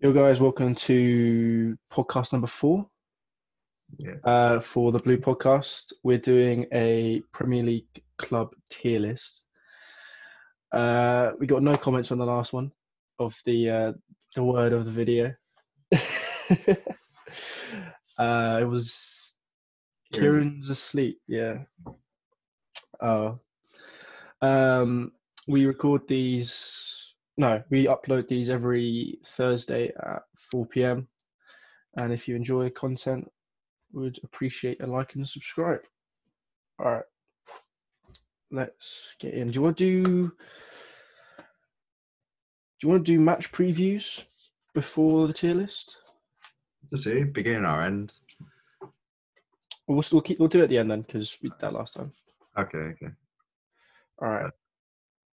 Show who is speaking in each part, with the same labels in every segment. Speaker 1: Yo, guys, welcome to podcast number four
Speaker 2: Yeah.
Speaker 1: uh, for the Blue Podcast. We're doing a Premier League club tier list. Uh, we got no comments on the last one of the uh, the word of the video. uh, it was
Speaker 2: Kieran's-
Speaker 1: Kieran's asleep. Yeah. Oh. Um, we record these. No, we upload these every Thursday at 4 p.m. And if you enjoy the content, would appreciate a like and subscribe. All right, let's get in. Do you want to do? Do you want to do match previews before the tier list?
Speaker 2: It's the same, beginning or end.
Speaker 1: Or we'll, we'll keep. We'll do it at the end then, because we did that last time.
Speaker 2: Okay, okay.
Speaker 1: All right.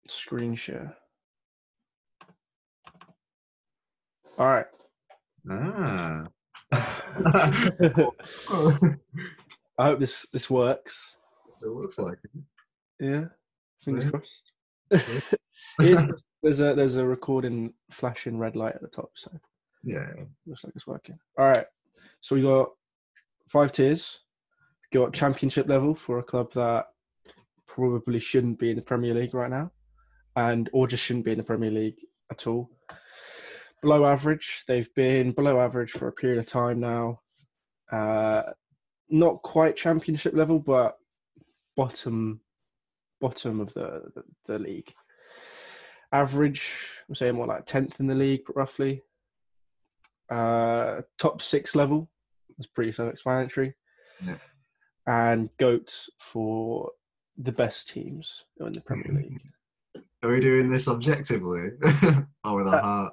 Speaker 1: Screen share. All right.
Speaker 2: Ah.
Speaker 1: I
Speaker 2: it
Speaker 1: hope this this works.
Speaker 2: looks like it.
Speaker 1: Yeah. Fingers
Speaker 2: Yeah.
Speaker 1: crossed. It is- there's a there's a recording flashing red light at the top, so
Speaker 2: yeah.
Speaker 1: looks like it's working. All right. So we got five tiers. We got championship level for a club that probably shouldn't be in the Premier League right now, and or just shouldn't be in the Premier League at all. Below average, they've been below average for a period of time now. Uh, not quite championship level, but bottom bottom of the the, the league. Average, I'm saying what like tenth in the league roughly uh, top six level. It's pretty self-explanatory.
Speaker 2: Yeah.
Speaker 1: And goat for the best teams in the Premier League.
Speaker 2: Are we doing this objectively? or
Speaker 1: Uh,
Speaker 2: with a heart?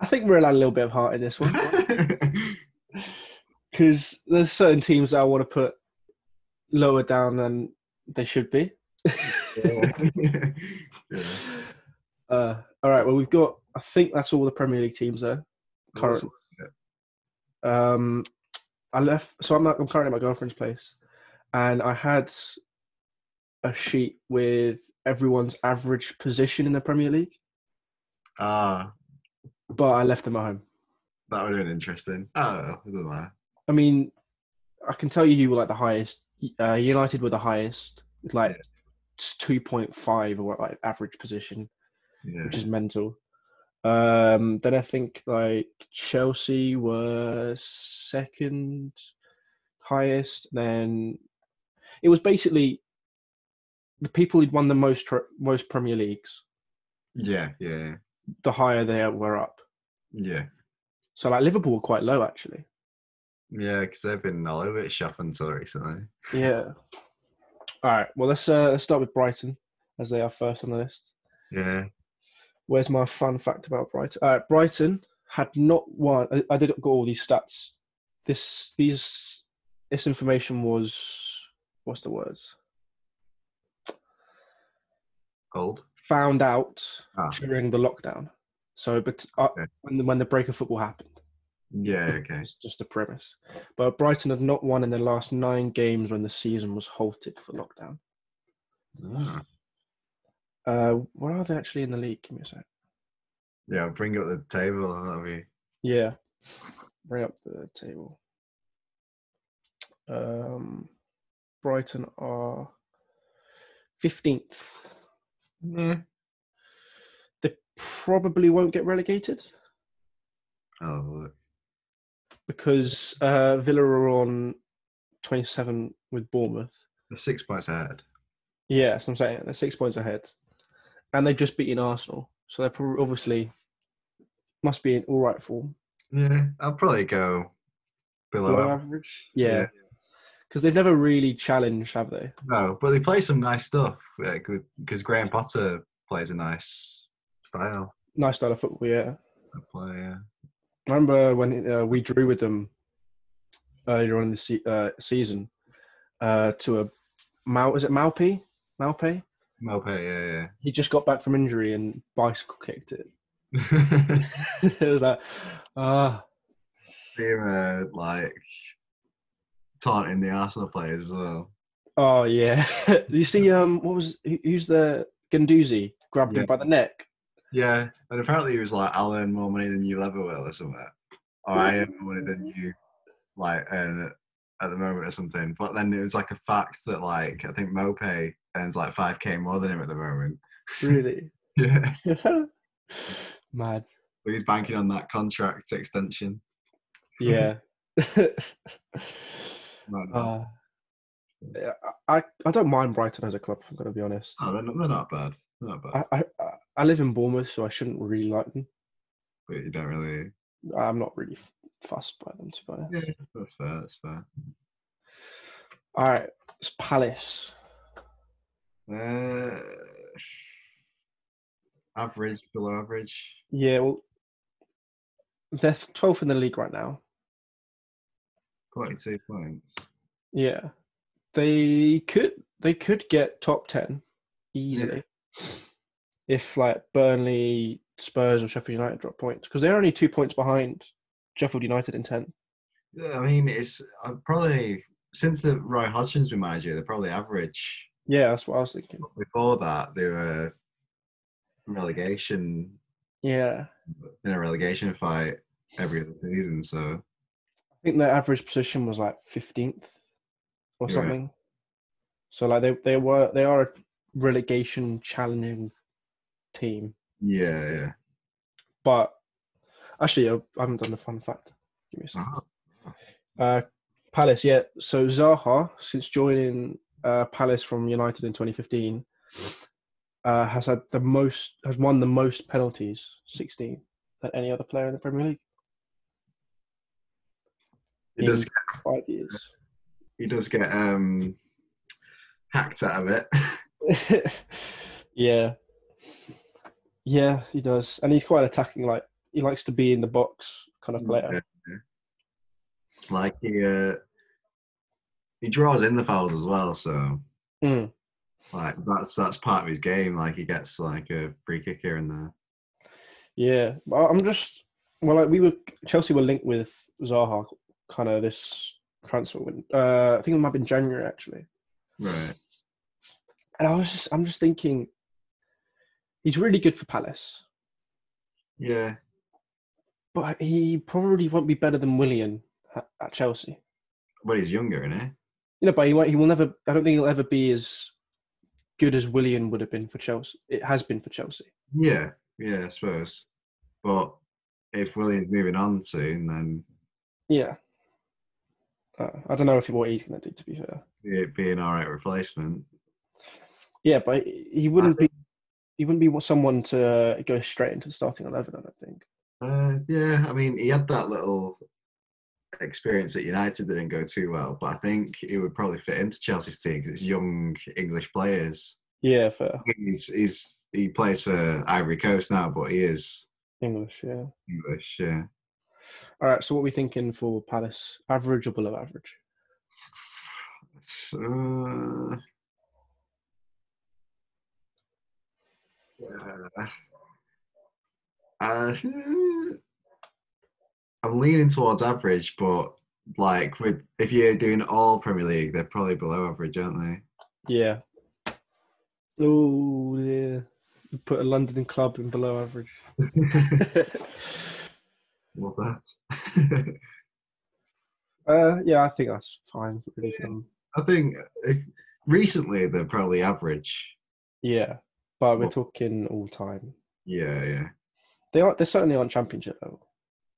Speaker 1: I think we're allowed a little bit of heart in this one because there's certain teams that I want to put lower down than they should be.
Speaker 2: yeah. yeah.
Speaker 1: Uh, all right. Well, we've got. I think that's all the Premier League teams there. Current. Um, I left. So I'm I'm currently at my girlfriend's place, and I had a sheet with everyone's average position in the Premier League,
Speaker 2: Ah,
Speaker 1: but I left them at home.
Speaker 2: that would have been interesting. Oh, it doesn't matter.
Speaker 1: I mean, I can tell you who were like the highest. Uh, United were the highest, with like it's 2.5 or like average position,
Speaker 2: Yeah.
Speaker 1: which is mental. Um, then I think like Chelsea were second highest. Then it was basically the people who'd won the most tr- most Premier Leagues.
Speaker 2: Yeah, yeah,
Speaker 1: The higher they were up.
Speaker 2: yeah.
Speaker 1: So like Liverpool were quite low actually.
Speaker 2: Yeah, because they've been all over it shop until recently.
Speaker 1: Yeah. All right. Well, let's uh, let's start with Brighton as they are first on the list.
Speaker 2: Yeah.
Speaker 1: Where's my fun fact about Brighton? All right, Brighton had not won. I, I did got all these stats. This these this information was what's the words
Speaker 2: Cold.
Speaker 1: found out
Speaker 2: Ah.
Speaker 1: during the lockdown. So, but uh,
Speaker 2: Okay.
Speaker 1: when the, when the break of football happened.
Speaker 2: Yeah, okay.
Speaker 1: It's just a premise. But Brighton have not won in their last nine games when the season was halted for lockdown.
Speaker 2: Ah.
Speaker 1: Uh, where are they actually in the league? Give me a sec.
Speaker 2: Yeah, bring up the table and that'll be
Speaker 1: Yeah. Bring up the table. Um, Brighton are 15th.
Speaker 2: Yeah.
Speaker 1: They probably won't get relegated
Speaker 2: Oh, look.
Speaker 1: because uh, Villa are on 27 with Bournemouth.
Speaker 2: They're six points ahead.
Speaker 1: Yeah, that's what I'm saying. They're six points ahead. And they've just beaten Arsenal. So they're probably obviously must be in all right form.
Speaker 2: Yeah, I'll probably go below.
Speaker 1: Below
Speaker 2: average.
Speaker 1: average.
Speaker 2: Yeah.
Speaker 1: Yeah. Because they've never really challenged, have they?
Speaker 2: No, but they play some nice stuff because Graham Potter plays a nice style
Speaker 1: Nice style of football, yeah.
Speaker 2: of play. Yeah.
Speaker 1: I remember when uh, we drew with them earlier on in the se- uh, season uh, to a Mal. Is it Malpe? Malpe?
Speaker 2: Mope, yeah,
Speaker 1: He just got back from injury and bicycle kicked it.
Speaker 2: yeah.
Speaker 1: it was like, ah,
Speaker 2: They're uh, like taunting the Arsenal players as well.
Speaker 1: oh yeah. you see, um, what was who- who's the Ganduzi grabbed him
Speaker 2: Yeah.
Speaker 1: by the neck?
Speaker 2: Yeah, and apparently he was like, "I'll earn more money than you ever will," or something, or "I earn more money than you like earn at- at the moment," or something. But then it was like a fact that like I think Mopay earns like five k more than him at the moment.
Speaker 1: Really?
Speaker 2: Yeah,
Speaker 1: Mad.
Speaker 2: but he's banking on that contract extension.
Speaker 1: Yeah.
Speaker 2: Right now.
Speaker 1: uh, yeah, I, I don't mind Brighton as a club, if I'm going to be honest.
Speaker 2: Oh, they're not, they're not bad. They're not bad.
Speaker 1: I, I, I- I live in Bournemouth, so I shouldn't really like them.
Speaker 2: but you don't really.
Speaker 1: I'm not really f- fussed by them, to be honest.
Speaker 2: Yeah, that's fair. That's fair.
Speaker 1: All right, it's Palace.
Speaker 2: Uh, average, below average.
Speaker 1: Yeah, well, they're 12th in the league right now.
Speaker 2: Forty-two points.
Speaker 1: Yeah, they could they could get top ten easily if like Burnley, Spurs, or Sheffield United drop points because they're only two points behind Sheffield United in ten.
Speaker 2: Yeah, I mean, it's uh, probably since the Roy Hodgson's been manager, they're probably average.
Speaker 1: Yeah, that's what I was thinking.
Speaker 2: Before that, they were relegation
Speaker 1: Yeah, I
Speaker 2: in a relegation fight every other season. So
Speaker 1: think their average position was like fifteenth or
Speaker 2: Yeah.
Speaker 1: something. So like they they were they are a relegation challenging team,
Speaker 2: yeah, yeah. but
Speaker 1: but actually I I haven't done the fun fact. Give me a second.
Speaker 2: Ah,
Speaker 1: Uh, Palace, yeah. So Zaha, since joining uh, Palace from United in 2015, uh, has had the most, has won the most penalties, 16, than any other player in the Premier League
Speaker 2: he does.
Speaker 1: in five years.
Speaker 2: He does get um hacked out of it.
Speaker 1: yeah, yeah, he does, and he's quite attacking. Like he likes to be in the box kind
Speaker 2: Mm,
Speaker 1: of player.
Speaker 2: Yeah. Like he uh, he draws in the fouls as well, so
Speaker 1: Mm.
Speaker 2: like that's that's part of his game. Like he gets like a free kick here and there.
Speaker 1: Yeah, Well, I'm just well, like we were Chelsea were linked with Zaha, kind of this transfer win. Uh, I think it might have been January actually,
Speaker 2: Right.
Speaker 1: and I was just I'm just thinking, he's really good for Palace,
Speaker 2: Yeah.
Speaker 1: but he probably won't be better than Willian at, at Chelsea.
Speaker 2: But he's younger, isn't he?
Speaker 1: You know, but he won't, he will never. I don't think he'll ever be as good as Willian would have been for Chelsea. It has been for Chelsea.
Speaker 2: Yeah. Yeah, I suppose. But if William's moving on soon, then
Speaker 1: Yeah. Uh, I don't know if what he's going to do. To be fair.
Speaker 2: it'd be an all right replacement.
Speaker 1: Yeah, but he wouldn't be. He wouldn't be someone to go straight into the starting eleven. I don't think.
Speaker 2: Uh, yeah, I mean, he had that little experience at United that didn't go too well, but I think he would probably fit into Chelsea's team because it's young English players.
Speaker 1: Yeah, fair.
Speaker 2: He's, he's he plays for Ivory Coast now, but he is
Speaker 1: English. Yeah. All
Speaker 2: English. Yeah,
Speaker 1: right. So what are we thinking for Palace? Average or below average?
Speaker 2: So, uh, uh, I'm leaning towards average, but like with if you're doing all Premier League, they're probably below average, aren't they?
Speaker 1: Yeah. Oh yeah. You Put a London club in below average.
Speaker 2: Love that.
Speaker 1: uh, yeah, I think that's fine. Really for them.
Speaker 2: I think if, recently they're probably average.
Speaker 1: Yeah, but we're
Speaker 2: Well-
Speaker 1: talking all time.
Speaker 2: Yeah, yeah.
Speaker 1: They are. They certainly aren't championship level.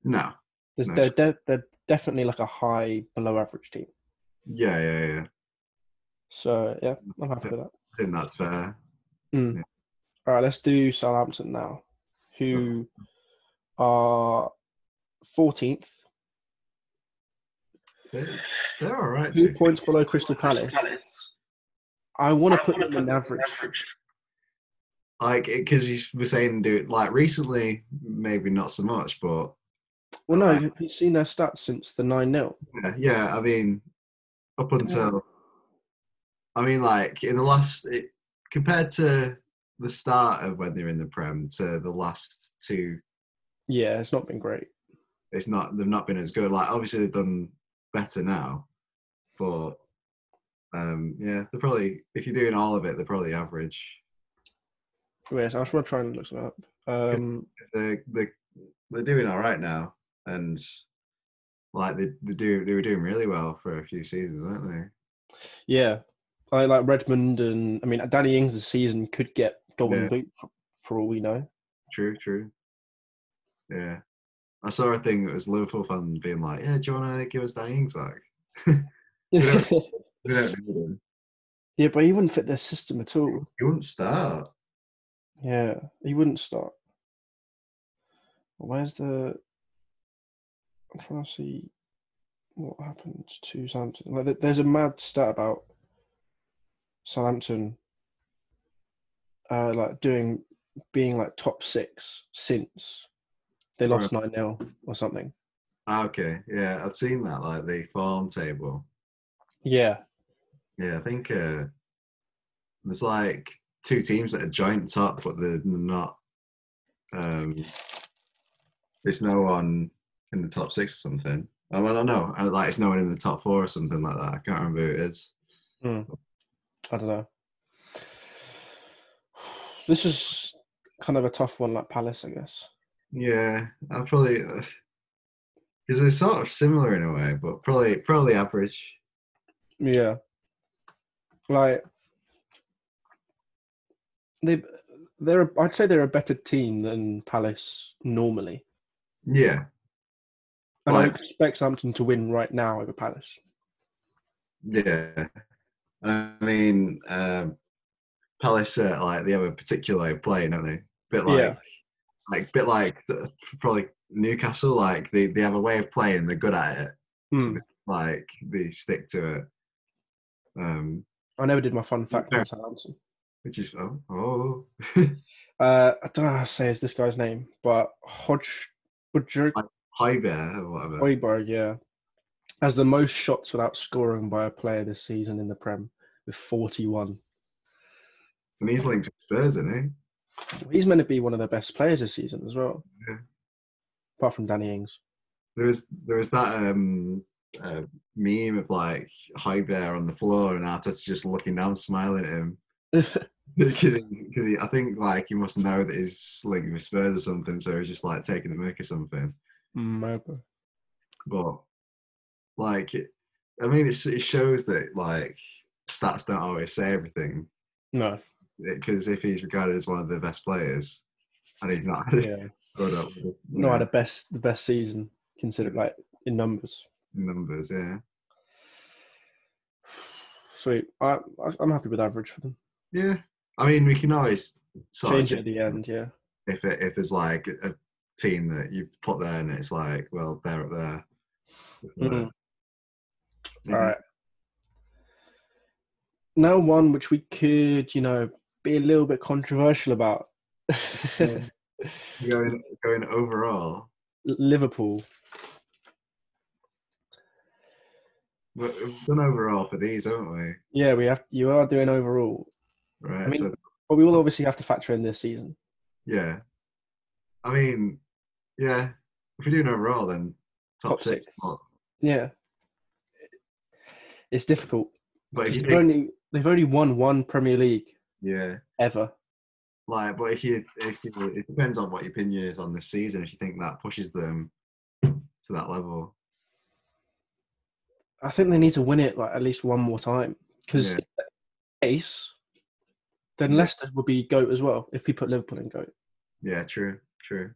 Speaker 2: No.
Speaker 1: There's,
Speaker 2: Nice.
Speaker 1: they're, de- they're definitely like a high below average team.
Speaker 2: Yeah, yeah, yeah.
Speaker 1: So yeah, I'm happy with that.
Speaker 2: I think that's fair.
Speaker 1: Mm.
Speaker 2: Yeah.
Speaker 1: All right, let's do Southampton now, who are 14th,
Speaker 2: They're, they're all right.
Speaker 1: two
Speaker 2: too.
Speaker 1: points below Crystal Palace. I want to put them in average.
Speaker 2: like because you were saying do it like recently maybe not so much but
Speaker 1: Well, no, have you seen their stats since the 9 0?
Speaker 2: yeah, yeah i mean up until i mean like in the last it, compared to the start of when they're in the prem to the last two
Speaker 1: Yeah, it's not been great.
Speaker 2: it's not they've not been as good like obviously they've done better now but um yeah they're probably if you're doing all of it they're probably average
Speaker 1: Wait, so I just want to try and look something up. Um,
Speaker 2: They're, they're, they're doing all right now, and like they, they do they were doing really well for a few seasons, weren't they?
Speaker 1: yeah, I like Redmond, and I mean Danny Ings this season could get Golden
Speaker 2: Yeah.
Speaker 1: Boot for, for all we know.
Speaker 2: True, true. Yeah. I saw a thing that was Liverpool fans being like, Yeah, do you wanna give us Danny Ings back? Yeah.
Speaker 1: yeah,
Speaker 2: We don't need him.
Speaker 1: but he wouldn't fit their system at all.
Speaker 2: He wouldn't start.
Speaker 1: Yeah, he wouldn't start. Where's the? I'm trying to see what happened to Southampton. Like, there- there's a mad stat about Southampton, uh, like doing being like top six since they
Speaker 2: Right.
Speaker 1: lost nine 0 or something.
Speaker 2: Ah, okay. Yeah, I've seen that, like the farm table.
Speaker 1: Yeah,
Speaker 2: Yeah, I think uh there's like two teams that are joint top but they're not um there's no one in the top six or something. I well, I don't know. uh, Like it's no one in the top four or something like that. I can't remember who it is.
Speaker 1: I don't know. This is kind of a tough one, like Palace, I guess.
Speaker 2: Yeah, I probably because they're sort of similar in a way, but probably probably average.
Speaker 1: Yeah. Like they they're a- I'd say they're a better team than Palace normally.
Speaker 2: Yeah,
Speaker 1: And I
Speaker 2: Right.
Speaker 1: expect Southampton to win right now over Palace.
Speaker 2: yeah. And I mean, um, Palace uh, like they have a particular way of playing, don't they? Bit like,
Speaker 1: Yeah.
Speaker 2: like bit like uh, probably Newcastle. Like they, they have a way of playing. They're good at it.
Speaker 1: Hmm.
Speaker 2: Like they stick to it. Um,
Speaker 1: I never did my fun fact
Speaker 2: Yeah.
Speaker 1: on Southampton.
Speaker 2: which is oh, oh.
Speaker 1: Uh, I don't know how to say is this guy's name, but Hodge Hodge-
Speaker 2: high bear or whatever.
Speaker 1: Hoiberg, yeah, has the most shots without scoring by a player this season in the Prem with 41.
Speaker 2: And he's linked with Spurs, isn't he?
Speaker 1: He's meant to be one of the best players this season as well,
Speaker 2: Yeah.
Speaker 1: apart from Danny Ings.
Speaker 2: there was there was that um uh, meme of like high bear on the floor and Arteta just looking down smiling at him because because I think like he must know that he's linked with Spurs or something so he's just like taking the mic or something
Speaker 1: Maybe.
Speaker 2: but like it- I mean it's, it shows that like stats don't always say everything
Speaker 1: No.
Speaker 2: because if he's regarded as one of the best players and he's not
Speaker 1: Yeah.
Speaker 2: scored up with, you
Speaker 1: No,
Speaker 2: know,
Speaker 1: had the best the best season considered like in numbers.
Speaker 2: numbers yeah
Speaker 1: Sweet. I I- I'm happy with average for them.
Speaker 2: yeah I mean we can always sort of
Speaker 1: Change it at the end, yeah.
Speaker 2: if it, if there's like a team that you put there and it's like, well, they're up there.
Speaker 1: Mhm. All right. Now one which we could, you know, be a little bit controversial about.
Speaker 2: Yeah. Going going overall,
Speaker 1: Liverpool.
Speaker 2: but we've done overall for these, haven't we?
Speaker 1: Yeah, we have you are doing overall.
Speaker 2: Right.
Speaker 1: I mean-
Speaker 2: so
Speaker 1: But we will obviously have to factor in this season.
Speaker 2: yeah, I mean, yeah. If we're doing overall, then top,
Speaker 1: Top
Speaker 2: six.
Speaker 1: six.
Speaker 2: But,
Speaker 1: Yeah. It's difficult.
Speaker 2: but if
Speaker 1: Because
Speaker 2: you
Speaker 1: They've
Speaker 2: think,
Speaker 1: only they've only won one Premier League
Speaker 2: yeah,
Speaker 1: ever.
Speaker 2: like, but if you if you, it depends on what your opinion is on this season. If you think that pushes them to that level,
Speaker 1: I think they need to win it like at least one more time. Because
Speaker 2: Yeah.
Speaker 1: if that's the case, then
Speaker 2: Yeah.
Speaker 1: Leicester would be goat as well if we put Liverpool in goat.
Speaker 2: yeah, true, true.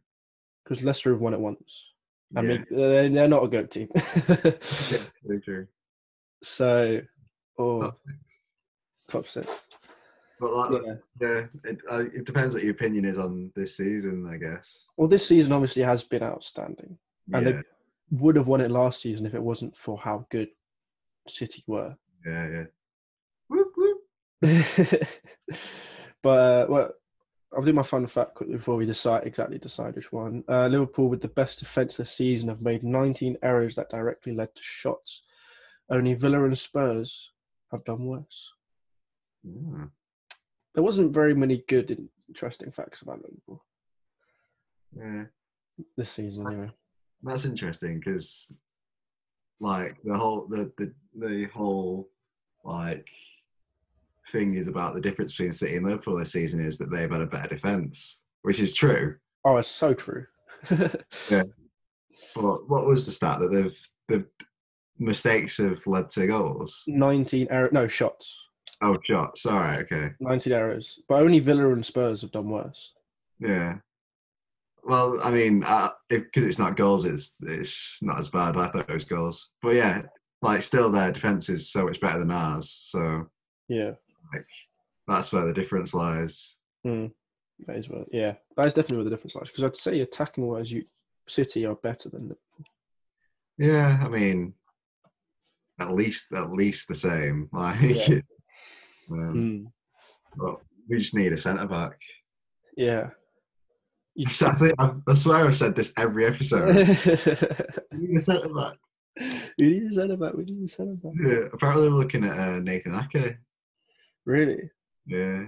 Speaker 1: Because Leicester have won it once. I
Speaker 2: yeah,
Speaker 1: mean, uh, they're they're not a goat team.
Speaker 2: yeah, true, true.
Speaker 1: so, or
Speaker 2: Top
Speaker 1: top six.
Speaker 2: But like,
Speaker 1: Yeah.
Speaker 2: Yeah, it, uh, it depends what your opinion is on this season, I guess.
Speaker 1: Well, this season obviously has been outstanding. And
Speaker 2: yeah,
Speaker 1: they- Would have won it last season if it wasn't for how good City were.
Speaker 2: yeah, yeah. Whoop, whoop.
Speaker 1: but uh, well, I'll do my fun fact quickly before we decide exactly decide which one. Uh, Liverpool, with the best defence this season, have made 19 errors that directly led to shots. Only Villa and Spurs have done worse.
Speaker 2: Yeah.
Speaker 1: There wasn't very many good, and interesting facts about Liverpool
Speaker 2: yeah.
Speaker 1: this season, anyway.
Speaker 2: That's interesting because, like, the whole the, the the whole like thing is about the difference between City and Liverpool this season is that they've had a better defense, which is true.
Speaker 1: Oh, it's so true.
Speaker 2: But what was the stat that they've the mistakes have led to goals?
Speaker 1: 19 error, no shots,
Speaker 2: Oh, shots. All right, okay,
Speaker 1: 19 errors. But only Villa and Spurs have done worse.
Speaker 2: yeah. Well, I mean, because it's not goals, it's it's not as bad. I thought it was goals, but yeah, like still their defense is so much better than ours. So
Speaker 1: Yeah,
Speaker 2: that's where the difference lies.
Speaker 1: that is where, yeah, that is definitely where the difference lies. Because I'd say attacking wise, you City are better than
Speaker 2: Yeah, I mean, at least at least the same. Like,
Speaker 1: Yeah.
Speaker 2: um,
Speaker 1: Mm.
Speaker 2: but we just need a centre back.
Speaker 1: Yeah. You
Speaker 2: So I, think, I, I swear I've said this every episode.
Speaker 1: Who
Speaker 2: We need a centre back.
Speaker 1: do you said about? Who do you said about?
Speaker 2: Yeah, apparently we're looking at uh, Nathan Ake.
Speaker 1: Really?
Speaker 2: Yeah,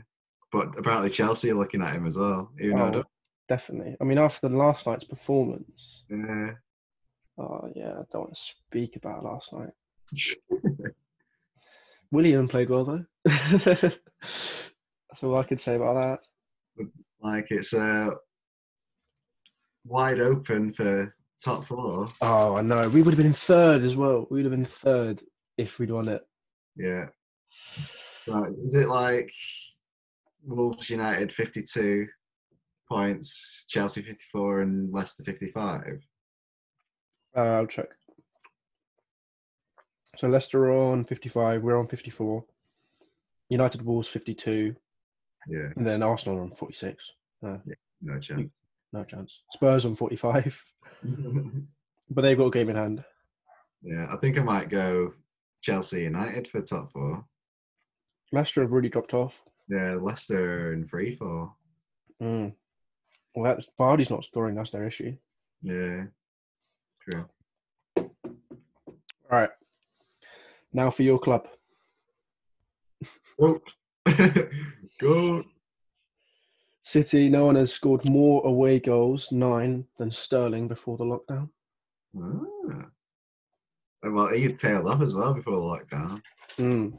Speaker 2: but apparently Chelsea are looking at him as well. Even though I
Speaker 1: Oh,
Speaker 2: don't-
Speaker 1: definitely. I mean, after the last night's performance,
Speaker 2: yeah.
Speaker 1: oh yeah, I don't want to speak about last night. William played well though. That's all I could say about that.
Speaker 2: like it's uh, wide open for top four.
Speaker 1: Oh, I know. We would have been in third as well. We would have been third if we'd won it.
Speaker 2: Yeah. Right. Is it like Wolves United 52 points, Chelsea 54, and Leicester 55?
Speaker 1: Uh, I'll check. So Leicester are on 55. We're on 54. United Wolves 52.
Speaker 2: Yeah,
Speaker 1: And then Arsenal are on 46.
Speaker 2: no chance.
Speaker 1: No chance. Spurs on 45. But they've got a game in hand.
Speaker 2: yeah, I think I might go Chelsea United for top four.
Speaker 1: Leicester have really dropped off.
Speaker 2: Yeah, Leicester in free fall.
Speaker 1: Mm. Well, that's, Vardy's not scoring. That's their issue.
Speaker 2: Yeah, true.
Speaker 1: All right. Now for your club.
Speaker 2: Oh. Go.
Speaker 1: City, no one has scored more away goals, nine, than Sterling before the lockdown.
Speaker 2: Ah. Well, he tailed off as well before the lockdown.
Speaker 1: Mm.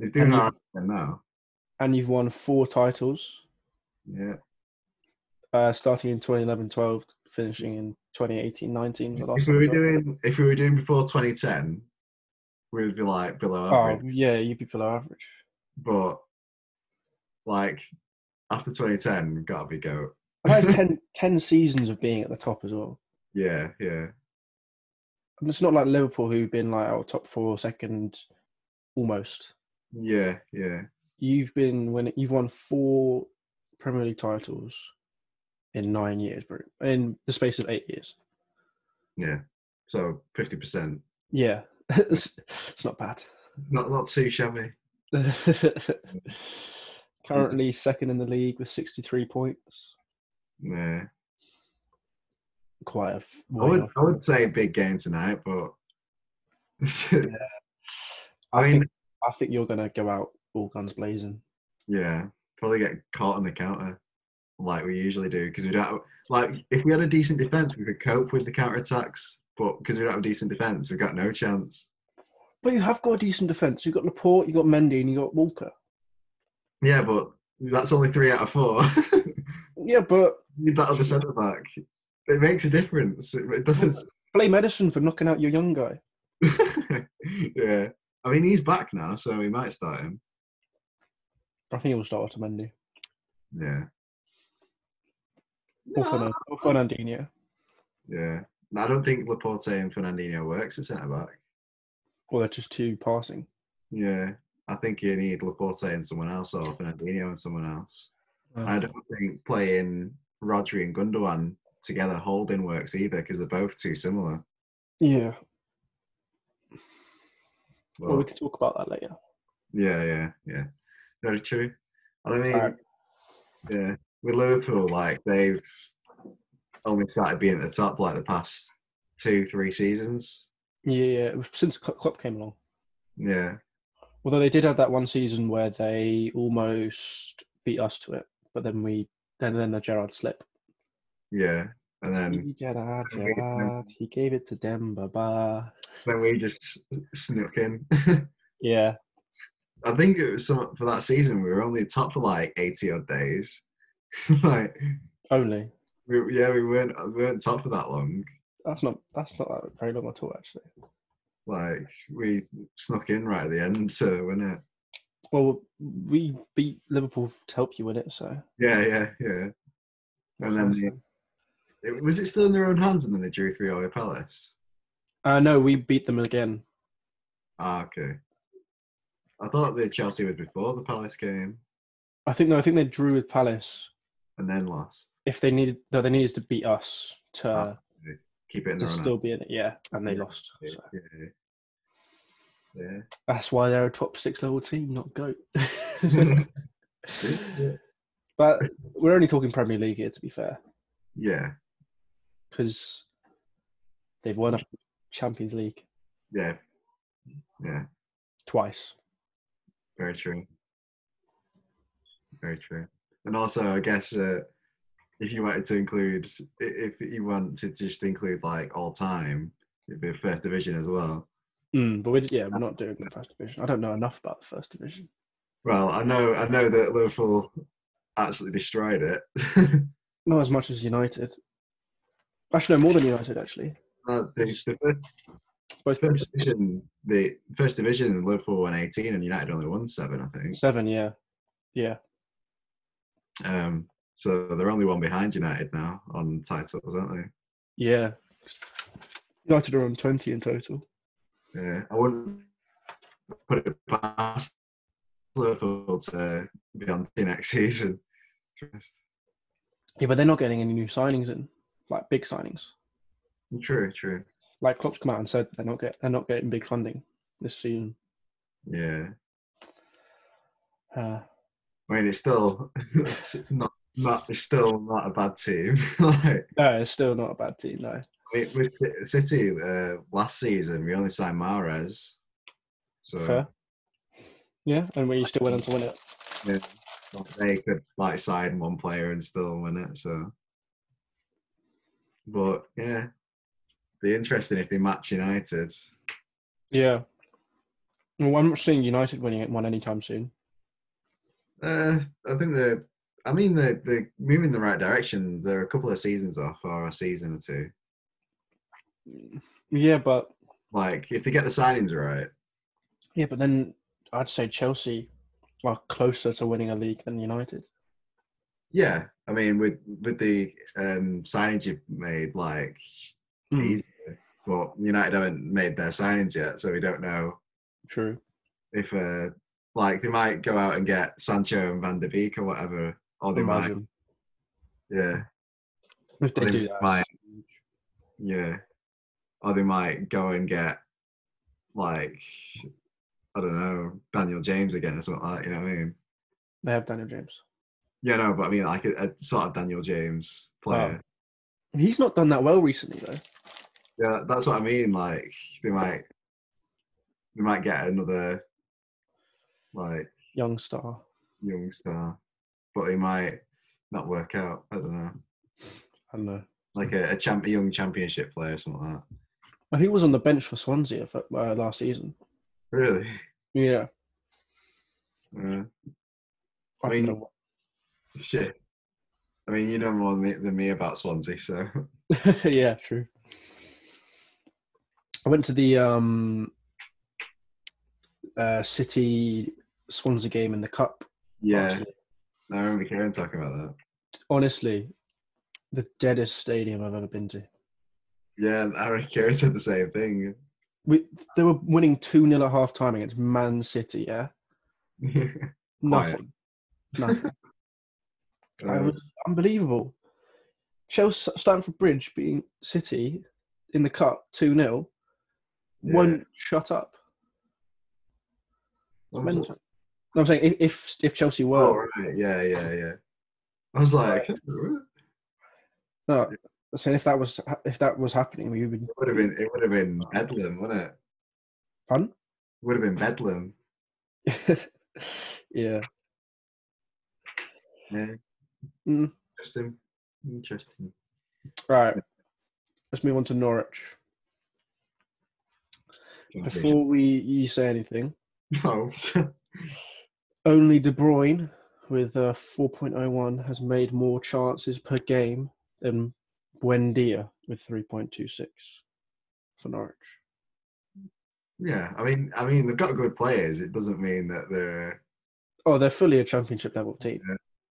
Speaker 2: He's doing
Speaker 1: And you-
Speaker 2: all right now.
Speaker 1: And you've won four titles,
Speaker 2: Yeah.
Speaker 1: uh, starting in 2011 12, finishing in 2018 19. The
Speaker 2: if
Speaker 1: last
Speaker 2: we were
Speaker 1: time.
Speaker 2: doing if we were doing before 2010 we would be like below
Speaker 1: Oh,
Speaker 2: average
Speaker 1: yeah, you'd be below average.
Speaker 2: but like after 2010 gotta be goat
Speaker 1: That is 10, 10 seasons of being at the top as well.
Speaker 2: yeah yeah
Speaker 1: And it's not like Liverpool, who've been like oh, top four, second, almost.
Speaker 2: yeah yeah
Speaker 1: you've been when you've won four Premier League titles in nine years, bro. In the space of eight years.
Speaker 2: yeah so 50 percent
Speaker 1: Yeah, it's, it's not bad.
Speaker 2: not not too shabby
Speaker 1: Currently second in the league with sixty-three points.
Speaker 2: yeah
Speaker 1: Quite a f-
Speaker 2: i
Speaker 1: way
Speaker 2: would
Speaker 1: off.
Speaker 2: i would say big game tonight but
Speaker 1: I,
Speaker 2: i mean
Speaker 1: think, I think you're gonna go out all guns blazing.
Speaker 2: yeah probably get caught on the counter like we usually do because we don't like if we had a decent defense we could cope with the counter attacks but because we don't have a decent defense we've got no chance
Speaker 1: But you have got a decent defense. You've got Laporte, you've got Mendy, and you've got Walker.
Speaker 2: Yeah, but that's only three out of four.
Speaker 1: Yeah, but
Speaker 2: Need that other centre back. It makes a difference. It, it does.
Speaker 1: blame Edison for knocking out your young guy.
Speaker 2: yeah. I mean, he's back now, so we might start him.
Speaker 1: I think he'll start Otamendi
Speaker 2: Yeah.
Speaker 1: or, Fernan- or Fernandinho.
Speaker 2: Yeah. I don't think Laporte and Fernandinho works at centre back.
Speaker 1: Well, they're just too passing.
Speaker 2: Yeah. I think you need Laporte and someone else, or Fernandinho and someone else.
Speaker 1: Um,
Speaker 2: And I don't think playing Rodri and Gundogan together holding works either because they're both too similar.
Speaker 1: yeah. Well, we
Speaker 2: But-
Speaker 1: can talk about that later.
Speaker 2: Yeah, yeah, yeah. Very true. And I mean,
Speaker 1: Alright.
Speaker 2: yeah, with Liverpool, like they've only started being at the top like the past two, three seasons.
Speaker 1: Yeah, yeah. it was Since Kl- Klopp came along,
Speaker 2: Yeah,
Speaker 1: although they did have that one season where they almost beat us to it, but then we then then the Gerard slip.
Speaker 2: yeah. And
Speaker 1: Mm-hmm.
Speaker 2: then
Speaker 1: Gerard,
Speaker 2: and we-
Speaker 1: Gerard, he gave it to Demba Ba.
Speaker 2: then we just snuck in.
Speaker 1: Yeah,
Speaker 2: I think it was some, for that season we were only top for like eighty odd days. like,
Speaker 1: Only.
Speaker 2: we, yeah, we weren't we weren't top for that long.
Speaker 1: That's not that's not that very long at all actually.
Speaker 2: Like, we snuck in right at the end, so wasn't it?
Speaker 1: Well, we beat Liverpool to help you win it, so.
Speaker 2: Yeah, yeah, yeah. And then the, it, was it still in their own hands, and then they drew three away Palace.
Speaker 1: Uh, no, we beat them again.
Speaker 2: Ah, okay. I thought the Chelsea was before the Palace game,
Speaker 1: I think no, I think they drew with Palace.
Speaker 2: and then lost.
Speaker 1: If they needed, no, they needed to beat us to
Speaker 2: Ah, Keep it in
Speaker 1: to
Speaker 2: their own
Speaker 1: still be in it. Yeah, and they
Speaker 2: Yeah.
Speaker 1: lost.
Speaker 2: hands.
Speaker 1: So.
Speaker 2: Yeah, yeah.
Speaker 1: That's why they're a top six level team, not goat.
Speaker 2: Yeah. See?
Speaker 1: but we're only talking Premier League here, to be fair,
Speaker 2: yeah,
Speaker 1: because they've won a Champions League
Speaker 2: yeah, yeah.
Speaker 1: twice.
Speaker 2: Very true. Very true. And also, I guess uh, if you wanted to include, i- if you want to just include like all time, it'd be first division as well.
Speaker 1: Mm, but we're, yeah, we're not doing the first division. I don't know enough about the first division.
Speaker 2: Well, I know, I know that Liverpool absolutely destroyed it.
Speaker 1: Not as much as United. Actually, no, more than United. Actually,
Speaker 2: Uh, the, the first,
Speaker 1: both
Speaker 2: first division, the first division, Liverpool won eighteen, and United only won seven, I think.
Speaker 1: seven. Yeah, yeah.
Speaker 2: Um, so they're only one behind United now on titles, aren't
Speaker 1: Yeah. United are on 20 in total.
Speaker 2: they? Yeah, Eh, I wouldn't put it past Liverpool to be on to next season.
Speaker 1: Yeah, but they're not getting any new signings in, like big signings.
Speaker 2: True, true.
Speaker 1: Like Klopp's come out and said they're not get they're not getting big funding this season.
Speaker 2: Yeah,
Speaker 1: Uh,
Speaker 2: I mean it's still it's not not it's still not a bad team. like
Speaker 1: no, it's still not a bad team. No,
Speaker 2: I mean, with Ci- City uh, last season, we only signed Mares, so
Speaker 1: fair. Yeah, and we still went on to win it.
Speaker 2: they could like sign one player and still win it. So, but yeah, be interesting if they match United.
Speaker 1: Yeah. Well, I'm not seeing United winning it one anytime soon.
Speaker 2: Uh, I think they're. I mean, they're, they're moving in the right direction. They're a couple of seasons off, or a season or two.
Speaker 1: Yeah, but
Speaker 2: Like, if they get the signings right,
Speaker 1: yeah, but then I'd say Chelsea are closer to winning a league than United.
Speaker 2: yeah. I mean, with with the um, signings you've made, like,
Speaker 1: Mm,
Speaker 2: easier. But United haven't made their signings yet, so we don't know
Speaker 1: true.
Speaker 2: if uh, like they might go out and get Sancho and Van de Beek or whatever, or they might,
Speaker 1: Imagine
Speaker 2: yeah,
Speaker 1: if they
Speaker 2: They
Speaker 1: do that.
Speaker 2: might. yeah, or they might go and get like I don't know Daniel James again or something like that, you know what I mean?
Speaker 1: They have Daniel James.
Speaker 2: Yeah, no, but I mean like a, a sort of Daniel James player.
Speaker 1: He's not done that well recently though.
Speaker 2: Yeah, that's what I mean. Like they might, they might get another like
Speaker 1: Young star.
Speaker 2: young star, but he might not work out. I don't know.
Speaker 1: I don't know.
Speaker 2: Like a, a, champ, a young championship player or something like that.
Speaker 1: Well, Oh, He was on the bench for Swansea for, uh, last season.
Speaker 2: Really?
Speaker 1: Yeah. I
Speaker 2: Yeah. I
Speaker 1: don't
Speaker 2: mean-
Speaker 1: know
Speaker 2: Shit. I mean, you know more than me, than me about Swansea, so
Speaker 1: what- yeah, true. I went to the um, uh, City Swansea game in the Cup. last
Speaker 2: yeah.
Speaker 1: week.
Speaker 2: I remember Kieran talking about that.
Speaker 1: Honestly, the deadest stadium I've ever been to.
Speaker 2: Yeah, I remember Kieran said the same thing.
Speaker 1: We, they were winning 2 0 at half time against Man City, yeah?
Speaker 2: Quiet.
Speaker 1: Nothing. Nothing. It was unbelievable. Chelsea, Stamford Bridge beating City in the cup 2 0.
Speaker 2: Yeah.
Speaker 1: One shut up.
Speaker 2: What was
Speaker 1: Mental.
Speaker 2: it?
Speaker 1: No, I'm saying if if, if Chelsea were
Speaker 2: Oh, right. Yeah, yeah, yeah. I was like, it
Speaker 1: no, I'm saying if that was if that was happening, we would
Speaker 2: would have been, it would have been bedlam, wouldn't it?
Speaker 1: Pardon?
Speaker 2: Would have been bedlam.
Speaker 1: yeah.
Speaker 2: Yeah.
Speaker 1: Mm.
Speaker 2: Interesting. Interesting.
Speaker 1: Right. Let's move on to Norwich. Before we you say anything,
Speaker 2: No.
Speaker 1: only De Bruyne with uh, 4.01 has made more chances per game than Buendia with 3.26 for Norwich.
Speaker 2: Yeah, I mean, I mean, they've got good players. It doesn't mean that they're
Speaker 1: Oh, they're fully a championship level team.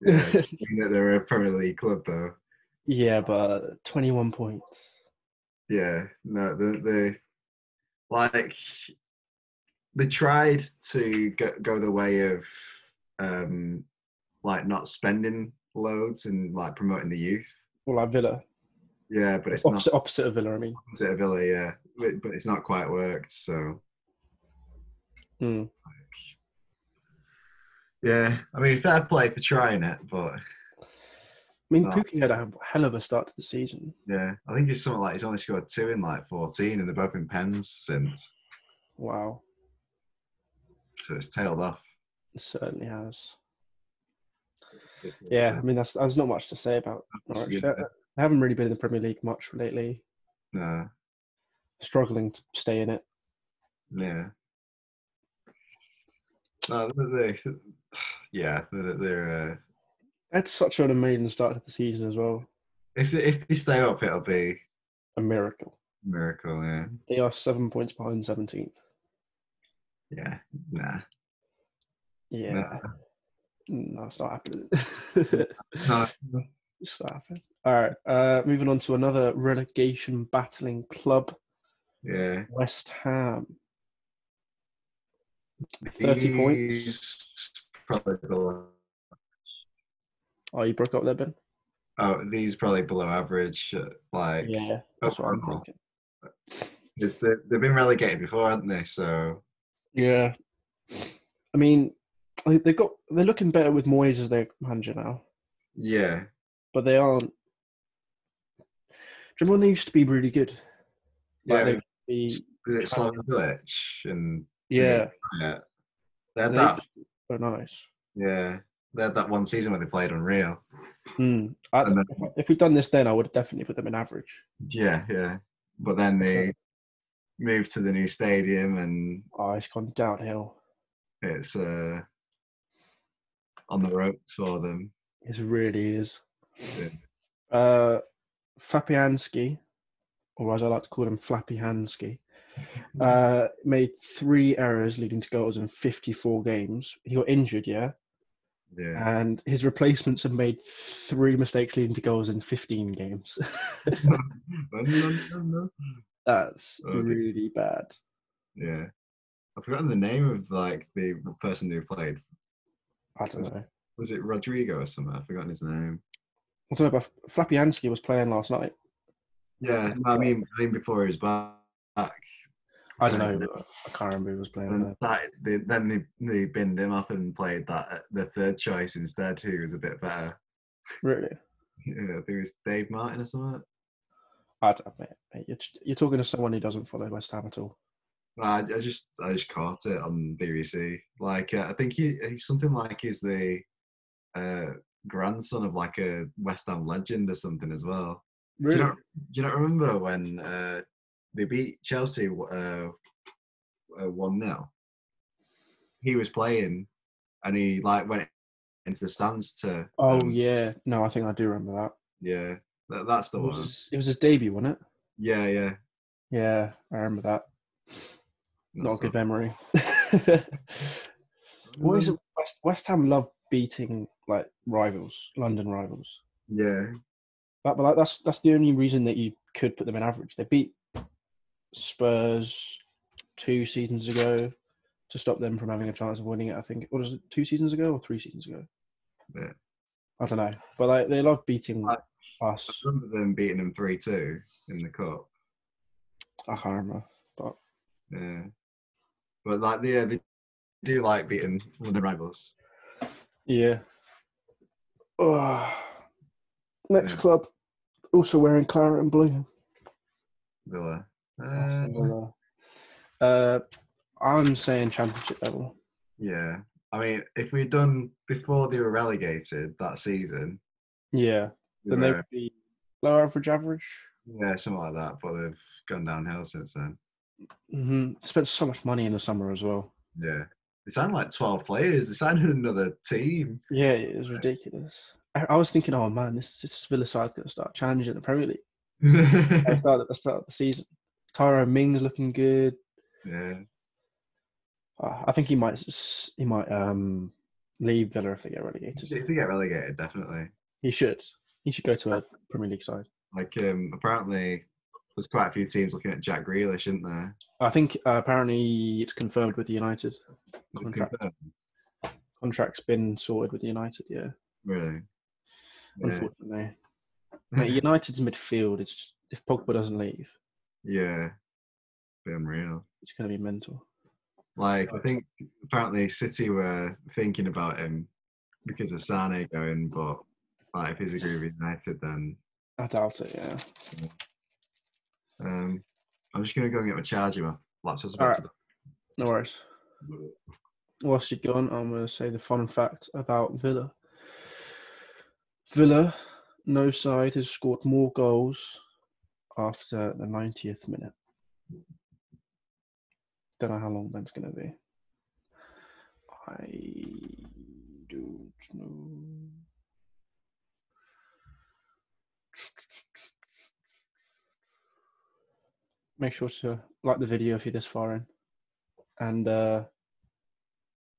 Speaker 2: yeah, it doesn't mean that they're a Premier League club though.
Speaker 1: Yeah, but 21 points.
Speaker 2: Yeah, no, they, they like they tried to go, go the way of um like not spending loads and like promoting the youth.
Speaker 1: Well, like Villa.
Speaker 2: Yeah, but it's
Speaker 1: Opposite, opposite of Villa, I mean.
Speaker 2: not opposite of Villa. Yeah, but, but it's not quite worked. So
Speaker 1: Hmm.
Speaker 2: yeah, I mean, fair play for trying it, but
Speaker 1: I mean,
Speaker 2: Ah.
Speaker 1: Pookie had a hell of a start to the season.
Speaker 2: yeah, I think it's something like he's only scored two in like fourteen, and they've both been pens since,
Speaker 1: Wow,
Speaker 2: so it's tailed off.
Speaker 1: it certainly has. Yeah, I mean, that's, that's not much to say about Norwich.
Speaker 2: Yeah.
Speaker 1: They they haven't really been in the Premier League much lately,
Speaker 2: No,
Speaker 1: struggling to stay in it.
Speaker 2: yeah. No, they, they, yeah, they're, they're uh,
Speaker 1: That's such an amazing start to the season as well.
Speaker 2: if they, if they stay up, it'll be a
Speaker 1: A miracle.
Speaker 2: miracle. Yeah,
Speaker 1: They are seven points behind 17th.
Speaker 2: yeah, nah.
Speaker 1: Yeah. No, it's not happening.
Speaker 2: No,
Speaker 1: it's not happening. All right. Uh, moving on to another relegation battling club,
Speaker 2: yeah.
Speaker 1: West Ham. 30 points.
Speaker 2: These Probably below,
Speaker 1: Oh, you broke up there, Ben?
Speaker 2: oh, these probably below average. uh, Like,
Speaker 1: Yeah. That's what I'm
Speaker 2: overall.
Speaker 1: thinking.
Speaker 2: It's the, they've been relegated before, haven't they? So
Speaker 1: Yeah. I mean, they- they've got, they're looking better with Moyes as their manager now,
Speaker 2: yeah,
Speaker 1: but they aren't. Do you remember when they used to be really good?
Speaker 2: yeah.
Speaker 1: Like, they used to
Speaker 2: was it Slaven Bilic and
Speaker 1: be, yeah.
Speaker 2: yeah, they had
Speaker 1: They
Speaker 2: that.
Speaker 1: used to be so nice.
Speaker 2: Yeah, they had that one season where they played unreal.
Speaker 1: Hmm. I,
Speaker 2: And then-
Speaker 1: if, I- if we'd done this then, I would have definitely put them in average.
Speaker 2: Yeah, yeah. But then they moved to the new stadium and
Speaker 1: Oh, it's gone downhill.
Speaker 2: it's uh, on the ropes for them.
Speaker 1: It really is.
Speaker 2: Yeah.
Speaker 1: Uh, Fapianski, or as I like to call him, Flappy Hansky, uh, made three errors leading to goals in 54 games. He got injured, yeah,
Speaker 2: Yeah.
Speaker 1: and his replacements have made three mistakes leading to goals in 15 games. That's
Speaker 2: Okay.
Speaker 1: really bad.
Speaker 2: yeah. I've forgotten the name of like the person who played.
Speaker 1: I don't know.
Speaker 2: Was it Rodrigo or something? I've forgotten his name.
Speaker 1: I don't know, but Flapianski was playing last night.
Speaker 2: Yeah, no, I mean, I mean before he was back.
Speaker 1: I don't know. I can't remember who was playing there.
Speaker 2: And that, they, then they, they binned him up and played that uh, the third choice instead, who was a bit better.
Speaker 1: Really?
Speaker 2: Yeah, I think it was Dave Martin or something.
Speaker 1: I don't admit, mate, you're, t- you're talking to someone who doesn't follow West Ham at all.
Speaker 2: No, I, I just I just caught it on BBC. Like uh, I think he he's something like he's the uh, grandson of like a West Ham legend or something as well. Do you not do you not remember when uh, they beat Chelsea uh, one 0 He was playing, and he like went into the stands to.
Speaker 1: Oh
Speaker 2: um,
Speaker 1: yeah, no, I think I do remember that.
Speaker 2: yeah, that, that's the
Speaker 1: It was,
Speaker 2: one.
Speaker 1: his, it was his debut, wasn't it?
Speaker 2: Yeah, yeah.
Speaker 1: Yeah, I remember that. Not a
Speaker 2: that's
Speaker 1: good
Speaker 2: the
Speaker 1: memory.
Speaker 2: one.
Speaker 1: what is it? West, West Ham love beating like rivals, London rivals.
Speaker 2: Yeah,
Speaker 1: That, but like, that's that's the only reason that you could put them in average. They beat Spurs two seasons ago to stop them from having a chance of winning it. I think what was it two seasons ago or three seasons ago?
Speaker 2: Yeah.
Speaker 1: I don't know, but like they love beating
Speaker 2: Like- I
Speaker 1: us.
Speaker 2: remember them beating him three two in the cup.
Speaker 1: I can't remember. But
Speaker 2: Yeah. But like yeah, they do like beating London rivals.
Speaker 1: yeah. Ugh. Next
Speaker 2: Yeah.
Speaker 1: club, also wearing claret and blue.
Speaker 2: Villa. Uh,
Speaker 1: Aston Villa. Uh, I'm saying championship level.
Speaker 2: yeah. I mean, if we'd done before they were relegated that season,
Speaker 1: Yeah.
Speaker 2: they
Speaker 1: Then they
Speaker 2: were-
Speaker 1: would be low average, average.
Speaker 2: yeah, something like that. But they've gone downhill since then.
Speaker 1: Mm-hmm. Spent so much money in the summer as well.
Speaker 2: Yeah. They signed like 12 players. They signed another team.
Speaker 1: Yeah, it was ridiculous. I, I was thinking, oh man, this, this Villa side's going to start challenging the Premier League. At the
Speaker 2: yeah.
Speaker 1: start, at the start of the season, Tyro Ming's looking good. Uh, I think he might s- he might um, leave Villa if they get relegated.
Speaker 2: If they get relegated, definitely.
Speaker 1: He should. He should go to a Premier League side.
Speaker 2: Like, um, apparently, there's quite a few teams looking at Jack Grealish, isn't there?
Speaker 1: I think uh, apparently it's confirmed with United.
Speaker 2: Is it
Speaker 1: Contract.
Speaker 2: confirmed?
Speaker 1: Contract's been sorted with United. Yeah,
Speaker 2: Really? Yeah.
Speaker 1: unfortunately. Mate, United's midfield is just- if Pogba doesn't leave,
Speaker 2: yeah. Be unreal.
Speaker 1: it's going to be mental.
Speaker 2: Like I think apparently City were thinking about him because of Sane going, but like if he's agreed with United, then
Speaker 1: I doubt it. Yeah.
Speaker 2: um, I'm just gonna go and get my charger. My laptop's about
Speaker 1: No worries.
Speaker 2: to.
Speaker 1: Whilst you're gone, I'm going to say the fun fact about Villa. Villa, no side has scored more goals after the 90th minute. Don't know how long that's going to be. I don't know. Make sure to like the video if you're this far in. And, uh,